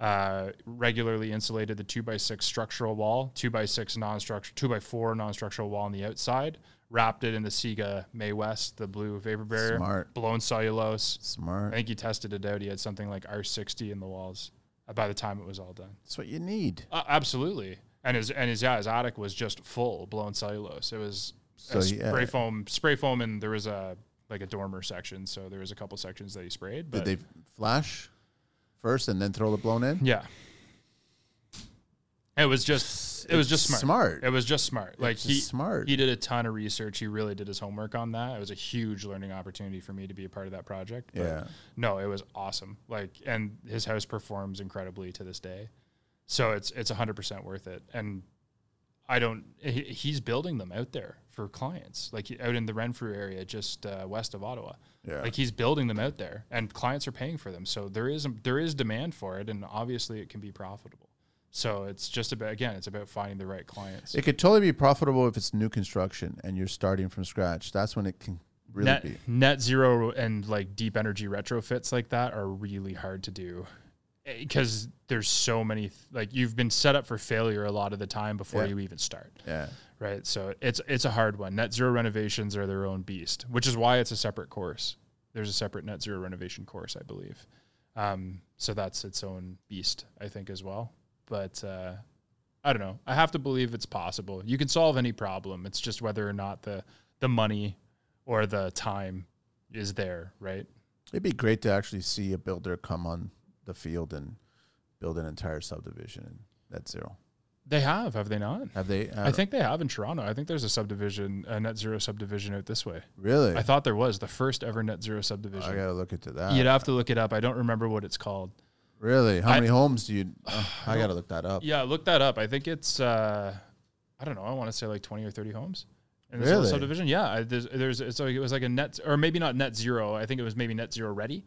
A: Uh, regularly insulated the two by six structural wall, two by six non-structural, two by four non-structural wall on the outside. Wrapped it in the Sega May West, the blue vapor barrier,
B: Smart.
A: blown cellulose. I
B: Smart.
A: think he tested it out. He had something like R60 in the walls uh, by the time it was all done.
B: That's what you need.
A: Uh, absolutely. And his and his yeah, his attic was just full blown cellulose. It was
B: So, uh,
A: a spray
B: yeah.
A: foam, spray foam, and there was a like a dormer section. So there was a couple sections that he sprayed. But
B: Did they flash first and then throw the blown in?
A: yeah, it was just it was
B: It's
A: just smart.
B: smart.
A: It was just smart. Like
B: It's
A: he
B: smart.
A: he did a ton of research. He really did his homework on that. It was a huge learning opportunity for me to be a part of that project. But
B: Yeah.
A: no, it was awesome. Like, and his house performs incredibly to this day. So it's it's hundred percent worth it. And I don't. He, he's building them out there for clients, like out in the Renfrew area, just uh, west of Ottawa.
B: Yeah.
A: Like he's building them out there, and clients are paying for them. So there is there is demand for it, and obviously it can be profitable. So it's just about again, it's about finding the right clients.
B: It could totally be profitable if it's new construction and you're starting from scratch. That's when it can really
A: net,
B: be.
A: net zero and like deep energy retrofits like that are really hard to do because there's so many th- like you've been set up for failure a lot of the time before
B: Yeah.
A: you even start
B: Yeah.
A: right so it's it's a hard one net zero renovations are their own beast which is why it's a separate course there's a separate net zero renovation course i believe um, so that's its own beast i think as well but uh, I don't know. I have to believe it's possible. You can solve any problem. It's just whether or not the the money or the time is there, right?
B: It'd be great to actually see a builder come on the field and build an entire subdivision at zero.
A: They have, have they not?
B: Have they? uh,
A: I think they have in Toronto. I think there's a subdivision, a net zero subdivision out this way.
B: really.
A: I
B: I,
A: thought there was the first ever net zero subdivision.
B: gotta look into that.
A: You'd have to look it up. I don't remember what it's called.
B: Really? How
A: I-
B: many homes do you? Oh, I gotta look that up.
A: Yeah, look that up. I think it's uh, I don't know. I want to say like twenty or thirty homes in this little
B: Really?
A: subdivision. Yeah, I, there's there's it's like, it was like a net or maybe not net zero. I think it was maybe net zero ready,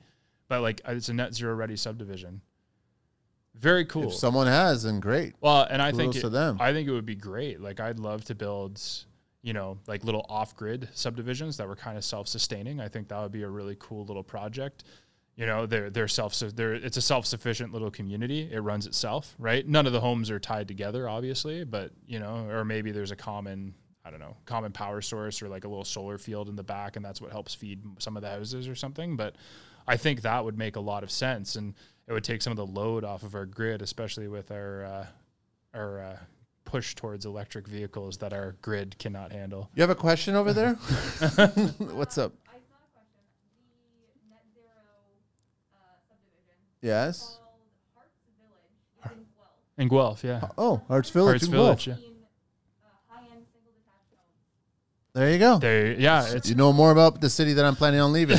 A: but like uh, it's a net zero ready subdivision. Very cool.
B: If someone has, then great.
A: well, and I think
B: Kudos
A: it,
B: to them.
A: I think it would be great. Like I'd love to build, you know, like little off-grid subdivisions that were kind of self-sustaining. I think that would be a really cool little project. You know, they're they're self they're it's a self-sufficient little community. It runs itself, right? None of the homes are tied together, obviously, but you know, or maybe there's a common I don't know common power source or like a little solar field in the back, and that's what helps feed some of the houses or something. But I think that would make a lot of sense, and it would take some of the load off of our grid, especially with our uh, or uh, push towards electric vehicles that our grid cannot handle.
B: You have a question over there? What's up?
C: I saw a question. The net zero uh, subdivision
B: Yes.
C: called Hearts Village is in Guelph.
A: In Guelph, yeah.
B: Oh, Arts Village.
A: Arts
B: in
A: Village,
B: Guelph.
A: yeah.
C: In uh, high-end single detached homes.
B: There you go.
A: There, yeah. It's
B: you know more about the city that I'm planning on leaving.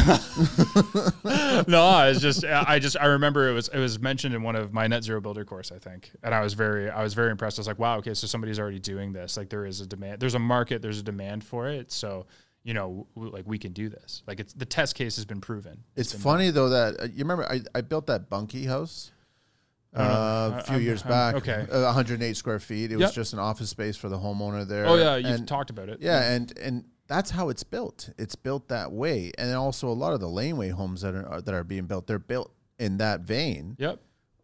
A: no, it's just I just I remember it was it was mentioned in one of my net zero builder course, I think, and I was very I was very impressed. I was like, wow, okay, so somebody's already doing this. Like there is a demand, there's a market, there's a demand for it. So you know, w- like we can do this. Like it's the test case has been proven.
B: It's funny though that uh, you remember I, I built that bunkie house
A: don't know.
B: uh,
A: I-
B: a few
A: I'm-
B: years
A: I'm-
B: back.
A: okay.
B: uh, 108 square feet. It
A: Yep.
B: was just an office space for the homeowner there.
A: Oh yeah, you've
B: and,
A: talked about it.
B: Yeah, and and that's how it's built. It's built that way, and then also a lot of the laneway homes that are, are that are being built, they're built in that vein.
A: Yep.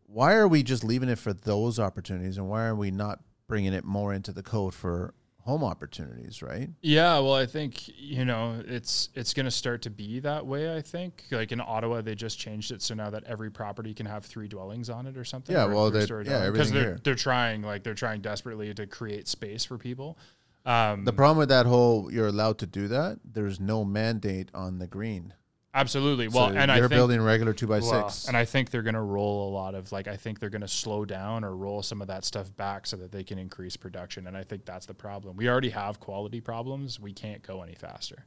B: Why are we just leaving it for those opportunities, and why are we not bringing it more into the code for home opportunities? Right.
A: Yeah, well, I think you know it's it's going to start to be that way. I think like in Ottawa, they just changed it so now that every property can have three dwellings on it or something.
B: Yeah,
A: or a
B: well, they-
A: three-story
B: yeah,
A: dwelling.
B: everything
A: they're
B: here.
A: they're trying like they're trying desperately to create space for people. Um,
B: The problem with that whole you're allowed to do that. There's no mandate on the green.
A: absolutely. Well,
B: So
A: and I
B: you're
A: think
B: building regular two by
A: well,
B: six.
A: and I think they're going to roll a lot of like I think they're going to slow down or roll some of that stuff back so that they can increase production. And I think that's the problem. We already have quality problems. We can't go any faster.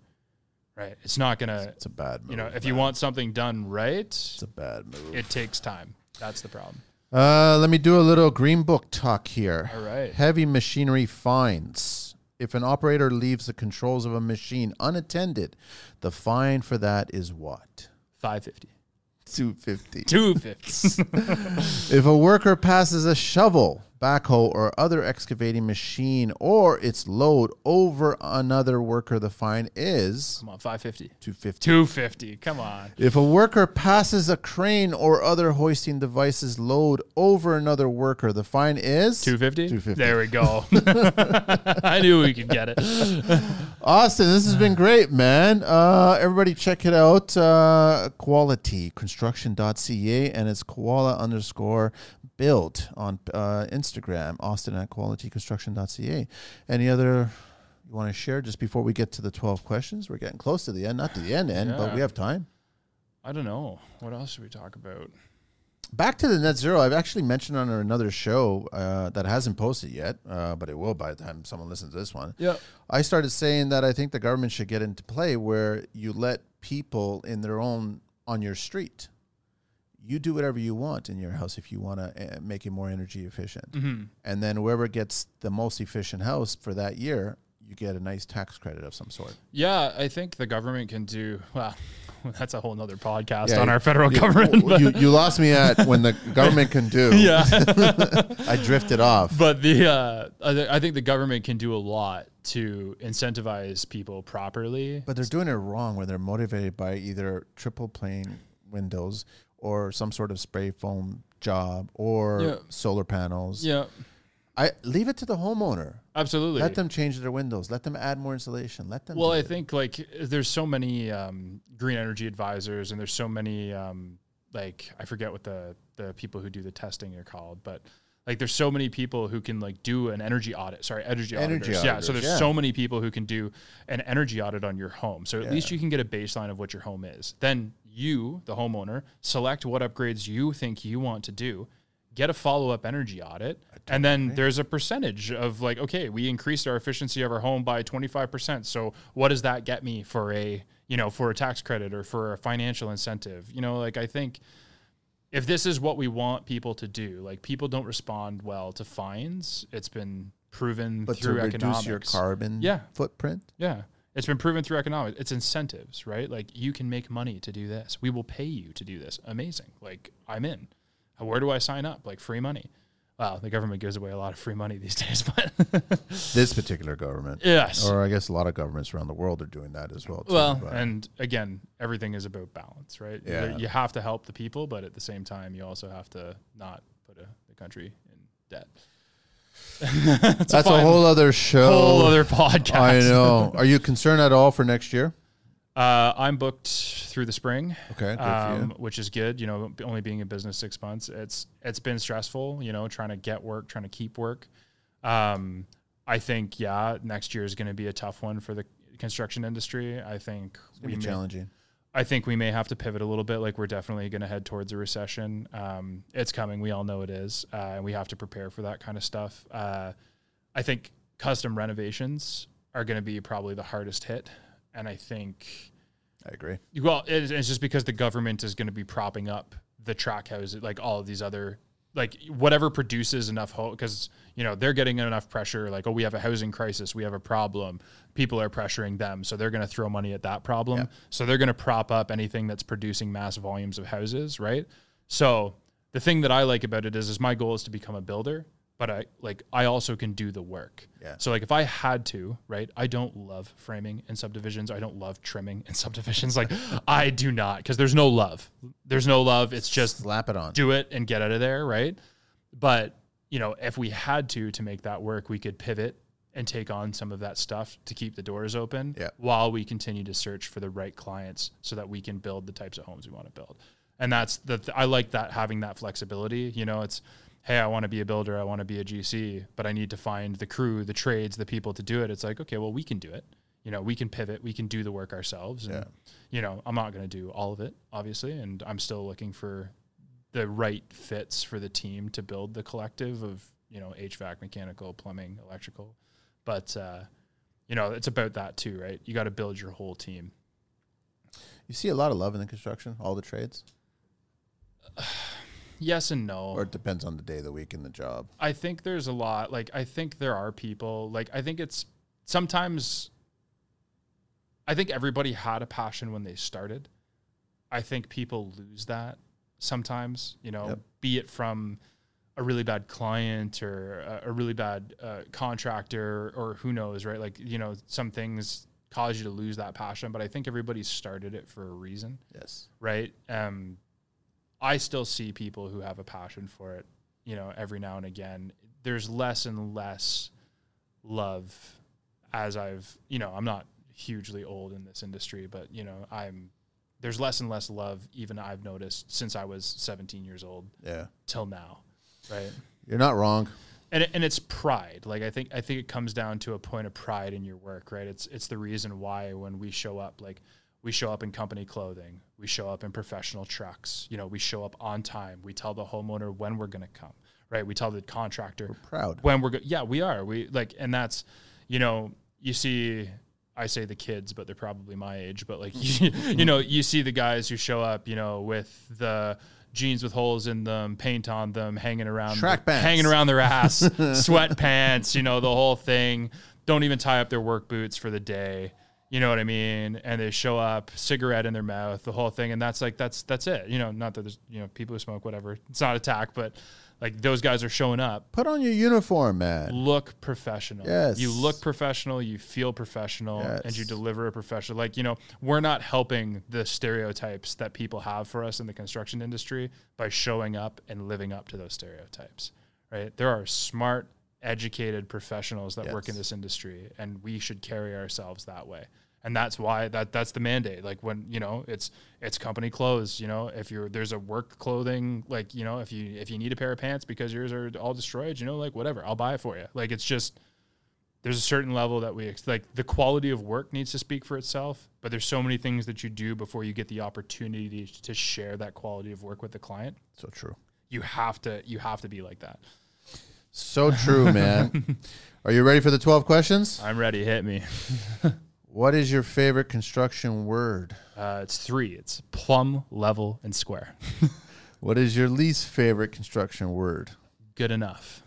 A: Right? It's not going to.
B: it's a bad move.
A: you know, if you want something done right,
B: it's a bad move.
A: it takes time. That's the problem.
B: Uh, let me do a little green book talk here.
A: All right.
B: Heavy machinery fines. If an operator leaves the controls of a machine unattended, the fine for that is what?
A: 550.
B: 250.
A: 250.
B: If a worker passes a shovel, backhoe, or other excavating machine or its load over another worker, the fine is
A: Come on, 550.
B: 250.
A: 250. Come on.
B: If a worker passes a crane or other hoisting device's load over another worker, the fine is
A: 250?
B: 250.
A: There we go. I knew we could get it.
B: Austin, this has been great, man. Uh, everybody check it out. Uh, quality construction.ca and it's koala underscore build on uh, Instagram, Austin at quality construction.ca. Any other you want to share just before we get to the 12 questions? We're getting close to the end, not to the end end, but
A: Yeah.
B: we have time.
A: I don't know. What else should we talk about?
B: Back to the net zero. I've actually mentioned on another show uh, that hasn't posted yet, uh, but it will by the time someone listens to this one.
A: Yeah.
B: I started saying that I think the government should get into play where you let people in their own on your street. You do whatever you want in your house if you want to uh, make it more energy efficient.
A: Mm-hmm.
B: And then whoever gets the most efficient house for that year, you get a nice tax credit of some sort.
A: Yeah, I think the government can do, well, that's a whole nother podcast
B: Yeah,
A: on our federal
B: you-
A: government. but-
B: You, you lost me at when the government can do.
A: yeah.
B: I drifted off.
A: but the uh, I thi- I think the government can do a lot to incentivize people properly.
B: But they're doing it wrong when they're motivated by either triple pane windows or some sort of spray foam job or
A: Yeah.
B: solar panels.
A: yeah,
B: I leave it to the homeowner.
A: absolutely.
B: Let them change their windows. Let them add more insulation. Let them.
A: Well,
B: do
A: I
B: it.
A: think like there's so many um, green energy advisors, and there's so many um, like I forget what the the people who do the testing are called, but Like there's so many people who can like do an energy audit. Sorry, energy,
B: Energy
A: auditors. Yeah. So
B: auditors,
A: there's
B: yeah.
A: so many people who can do an energy audit on your home. So at least you can get a baseline of what your home is. Then you, the homeowner, select what upgrades you think you want to do. Get a follow up energy audit. And then there's a percentage of like, okay, we increased our efficiency of our home by 25%. So what does that get me for a, you know, for a tax credit or for a financial incentive? You know, like I think if this is what we want people to do, like people don't respond well to fines. It's been proven
B: But to
A: through
B: reduce
A: economics.
B: your carbon
A: Yeah.
B: footprint.
A: Yeah. It's been proven through economics. It's incentives, right? Like you can make money to do this. We will pay you to do this. Amazing. Like I'm in. Where do I sign up? Like free money. Wow, the government gives away a lot of free money these days, but
B: This particular government.
A: yes.
B: Or I guess a lot of governments around the world are doing that as well. Too,
A: well,
B: but-
A: and again, everything is about balance, right?
B: Yeah.
A: There- You have to help the people, but at the same time, you also have to not put a, the country in debt. It's
B: that's a,
A: fine-
B: whole other show.
A: whole other podcast.
B: I know. Are you concerned at all for next year?
A: Uh, I'm booked through the spring.
B: Okay, good for
A: um,
B: you.
A: which is good. You know, b- only being in business six months, it's it's been stressful. You know, trying to get work, trying to keep work. Um, I think yeah, next year is going to be a tough one for the construction industry. I think
B: Be
A: may-
B: challenging.
A: I think we may have to pivot a little bit. Like we're definitely going to head towards a recession. Um, it's coming. We all know it is. Uh, and we have to prepare for that kind of stuff. Uh, I think custom renovations are going to be probably the hardest hit. And I think,
B: I agree.
A: well, it, it's just because the government is going to be propping up the track houses, like all of these other, like whatever produces enough hope, because, you know, they're getting enough pressure. Like, oh, we have a housing crisis. We have a problem. People are pressuring them. So they're going to throw money at that problem. So they're going to prop up anything that's producing mass volumes of houses, right? So the thing that I like about it is, is my goal is to become a builder, but I like I also can do the work.
B: Yeah.
A: So like if I had to, right? I don't love framing and subdivisions. I don't love trimming and subdivisions. Like I do not because there's no love. There's no love. It's just
B: Slap it on.
A: do it and get out of there, right? But you know, if we had to to make that work, we could pivot and take on some of that stuff to keep the doors open
B: Yeah.
A: while we continue to search for the right clients so that we can build the types of homes we want to build. And that's the th- I like that having that flexibility. You know, it's hey, I want to be a builder, I want to be a GC, but I need to find the crew, the trades, the people to do it. It's like, okay, well, we can do it. You know, we can pivot, we can do the work ourselves. And,
B: Yeah.
A: You know, I'm not going to do all of it, obviously, and I'm still looking for the right fits for the team to build the collective of you know HVAC, mechanical, plumbing, electrical. But uh, you know it's about that too, right? You got to build your whole team.
B: You see a lot of love in the construction, all the trades,
A: Yes and no.
B: or it depends on the day of the week and the job.
A: I think there's a lot. Like I think there are people. Like I think it's sometimes. I think everybody had a passion when they started. I think people lose that sometimes. You know,
B: Yep.
A: be it from a really bad client or a, a really bad uh, contractor or who knows, right? Like you know, some things cause you to lose that passion. But I think everybody started it for a reason
B: Yes.
A: right? Um, I still see people who have a passion for it, you know, every now and again. There's less and less love as I've, you know, I'm not hugely old in this industry, but, you know, I'm, there's less and less love, even I've noticed since I was 17 years old
B: Yeah.
A: till now, right?
B: You're not wrong.
A: and it, and it's pride. Like I think I think it comes down to a point of pride in your work, right? It's it's the reason why when we show up, like we show up in company clothing, we show up in professional trucks, you know, we show up on time. We tell the homeowner when we're going to come, right? We tell the contractor
B: Proud.
A: when we're go- yeah we are we like and that's you know you see i say the kids but they're probably my age but like you, you know you see the guys who show up you know with the jeans with holes in them paint on them hanging around
B: Track
A: the-
B: pants.
A: hanging around their ass sweatpants you know the whole thing don't even tie up their work boots for the day you know what i mean and they show up cigarette in their mouth the whole thing and that's like that's that's it you know not that there's you know people who smoke whatever it's not attack but like those guys are showing up
B: Put on your uniform, man.
A: look professional.
B: Yes.
A: You look professional, you feel professional,
B: Yes.
A: and you deliver a professional. Like, you know, we're not helping the stereotypes that people have for us in the construction industry by showing up and living up to those stereotypes, right? There are smart, educated professionals that work in
B: Yes.
A: this industry, and we should carry ourselves that way. and that's why that that's the mandate like when you know it's it's company clothes you know if you're there's a work clothing like you know if you if you need a pair of pants because yours are all destroyed you know like whatever i'll buy it for you like it's just there's a certain level that we ex- like the quality of work needs to speak for itself but there's so many things that you do before you get the opportunity to share that quality of work with the client
B: So true.
A: you have to you have to be like that
B: So true, man. Are you ready for the 12 questions?
A: i'm ready hit me
B: What is your favorite construction word?
A: uh, it's three it's plumb level and square
B: What is your least favorite construction word?
A: good enough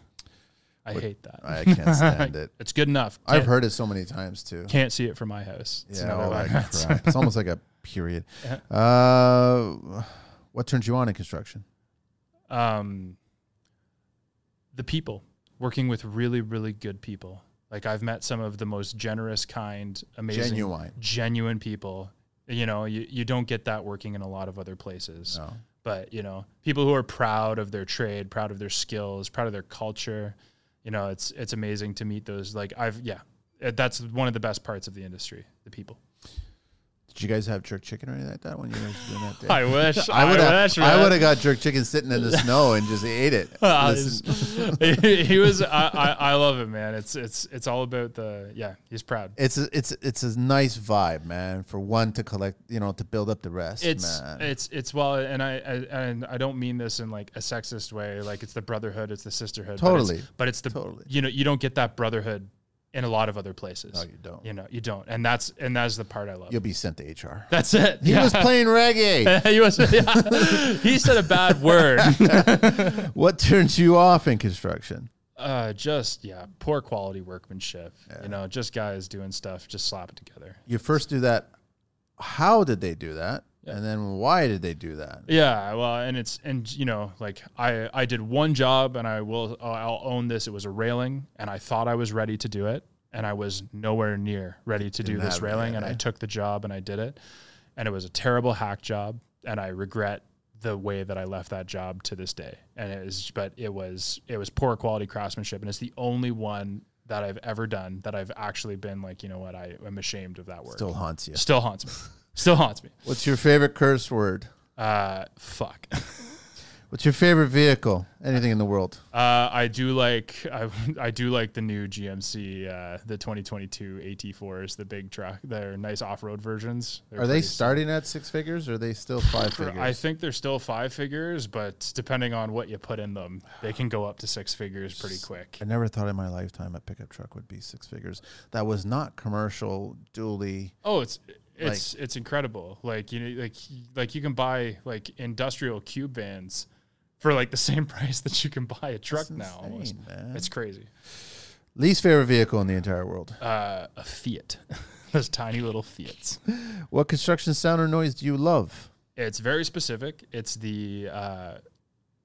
A: i hate that
B: I can't stand it.
A: it's good enough
B: I've
A: Can't-
B: heard it so many times too.
A: Can't see it from my house. It's
B: Yeah,
A: another
B: all
A: one.
B: that crap. It's almost like a period. Uh, what turns you on in construction?
A: Um, the people working with really, really good people. Like I've met some of the most generous, kind, amazing,
B: Genuine.
A: genuine people. You know, you, you don't get that working in a lot of other places.
B: No.
A: But you know, people who are proud of their trade, proud of their skills, proud of their culture. You know, it's it's amazing to meet those. Like I've yeah, Uh, that's one of the best parts of the industry. The people.
B: Did you guys have jerk chicken or anything like that when you guys were doing that day?
A: I wish. I,
B: would
A: wish.
B: have. I
A: man.
B: would have got jerk chicken sitting in the snow and just ate it.
A: Ah,
B: Listen,
A: it's- he, he was. I, I, I love it, man. It's it's it's all about the yeah. He's proud.
B: it's a, it's it's a nice vibe, man. For one to collect, you know, to build up the rest.
A: It's
B: man.
A: it's it's well, and I, I and I don't mean this in like a sexist way. Like it's the brotherhood, it's the sisterhood. but it's-
B: Totally.
A: but it's, the
B: Totally.
A: you know you don't get that brotherhood in a lot of other places.
B: No, you don't.
A: You know you don't, and that's and that's the part I love.
B: You'll be sent to HR.
A: That's it.
B: He was playing reggae.
A: he was. yeah. He said a bad word.
B: what turns you off in construction?
A: uh, just yeah, poor quality workmanship. You know, just guys doing stuff, just slap it together.
B: You first do that. How did they do that? And then why did they do that?
A: Yeah, well, and it's and you know, like I I did one job, and I will I'll own this. It was a railing, and I thought I was ready to do it, and I was nowhere near ready to do
B: Didn't
A: this
B: have it
A: railing,
B: yet,
A: and I
B: eh?
A: took the job and I did it, and it was a terrible hack job, and I regret the way that I left that job to this day. And it was, but it was it was poor quality craftsmanship, and it's the only one that I've ever done that I've actually been like, you know what, I am ashamed of that work.
B: Still haunts you.
A: still haunts me. Still haunts me.
B: What's your favorite curse word?
A: Uh, fuck.
B: What's your favorite vehicle? Anything in the world?
A: Uh, I do like I, I do like the new GMC uh, the 2022 AT4s the big truck they're nice off road versions. They're
B: Are they
A: pretty-
B: starting at six figures? Or are they still five figures?
A: I think they're still five figures, but depending on what you put in them, they can go up to six figures pretty quick.
B: I never thought in my lifetime a pickup truck would be six figures. That was not commercial, dually.
A: Oh, it's it's it's incredible. Like you know, like like you can buy like industrial cube vans for like the same price that you can buy a truck now. Almost.
B: insane, man.
A: It's crazy.
B: Least favorite vehicle in the entire world.
A: Uh, a Fiat, those tiny little Fiats.
B: What construction sound or noise do you love?
A: it's very specific. It's the uh,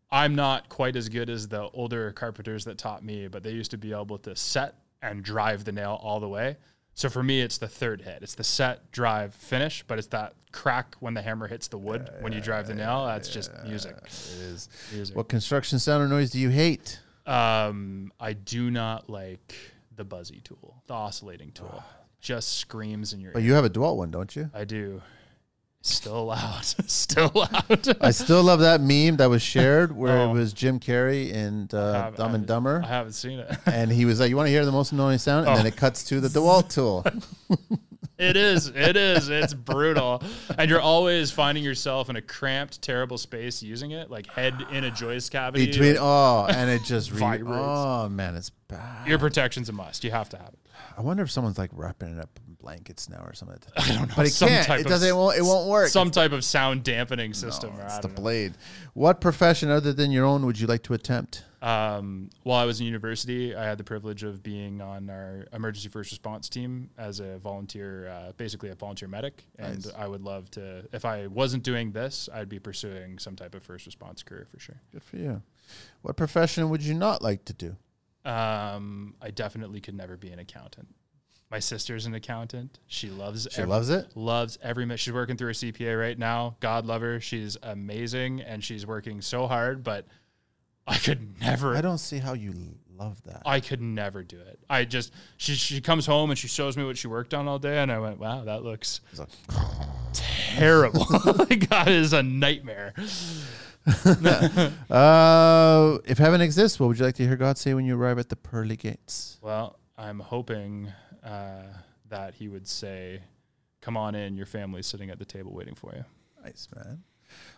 A: I'm not quite as good as the older carpenters that taught me, but they used to be able to set and drive the nail all the way. So for me, it's the third hit. It's the set, drive, finish, but it's that crack when the hammer hits the wood when you drive the nail. That's just music.
B: It is.
A: Music.
B: What construction sound or noise do you hate?
A: Um, I do not like the buzzy tool, the oscillating tool. Just screams in your
B: But
A: ear.
B: Ah. you have a Dwalt one, don't you?
A: I do. Still loud. Still loud.
B: I still love that meme that was shared where
A: Oh.
B: it was Jim Carrey and uh,
A: haven't-
B: Dumb and
A: I Oh.
B: Dumber.
A: haven't seen it.
B: And he was like, You want to hear the most annoying sound? And then it cuts to the DeWalt tool.
A: It is. It is. It's brutal. And you're always finding yourself in a cramped, terrible space using it, like head in a joist cavity.
B: Between, oh, and it just re-
A: Vibrates.
B: Oh, man, it's bad.
A: Ear protection's a must. You have to have it.
B: I wonder if someone's like wrapping it up in blankets now or something. I
A: don't know.
B: But it
A: Some
B: can't.
A: type
B: It
A: of
B: doesn't. It won't, it won't work.
A: Some type of sound dampening system. or I
B: it's the
A: don't know.
B: blade. What profession other than your own would you like to attempt?
A: Um, while I was in university, I had the privilege of being on our emergency first response team as a volunteer, uh, basically a volunteer medic. And I would love to, if I wasn't doing this, I'd be pursuing some type of first response career for sure.
B: Good for you. What profession would you not like to do?
A: Um, I definitely could never be an accountant. My sister's an accountant. She loves.
B: She loves it.
A: Loves every minute. She's working through her CPA right now. God love her. She's amazing and she's working so hard. But I could never.
B: I don't see how you love that.
A: I could never do it. I just she she comes home and she shows me what she worked on all day, and I went, "Wow, that looks
B: It's like-
A: terrible. like that is a nightmare."
B: Uh, if heaven exists, what would you like to hear God say when you arrive at the pearly gates?
A: Well, I'm hoping uh, that he would say, "Come on in. Your family's sitting at the table waiting for you."
B: Nice, man.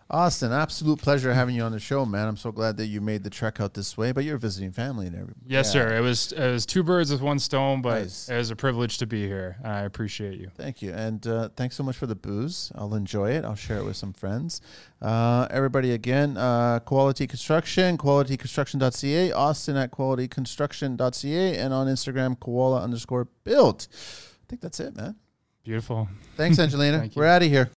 B: Austin, absolute pleasure having you on the show, man. I'm so glad that you made the trek out this way, but you're visiting family and everything.
A: Yes, sir. It was it was two birds with one stone, but
B: Nice.
A: it was a privilege to be here. I appreciate you.
B: Thank you. And uh, thanks so much for the booze. I'll enjoy it. I'll share it with some friends. Uh, everybody, again, uh, Quality Construction, qualityconstruction.ca, Austin at qualityconstruction.ca, and on Instagram, koala underscore build. I think that's it, man.
A: Beautiful.
B: Thanks, Angelina.
A: Thank you.
B: We're out of here.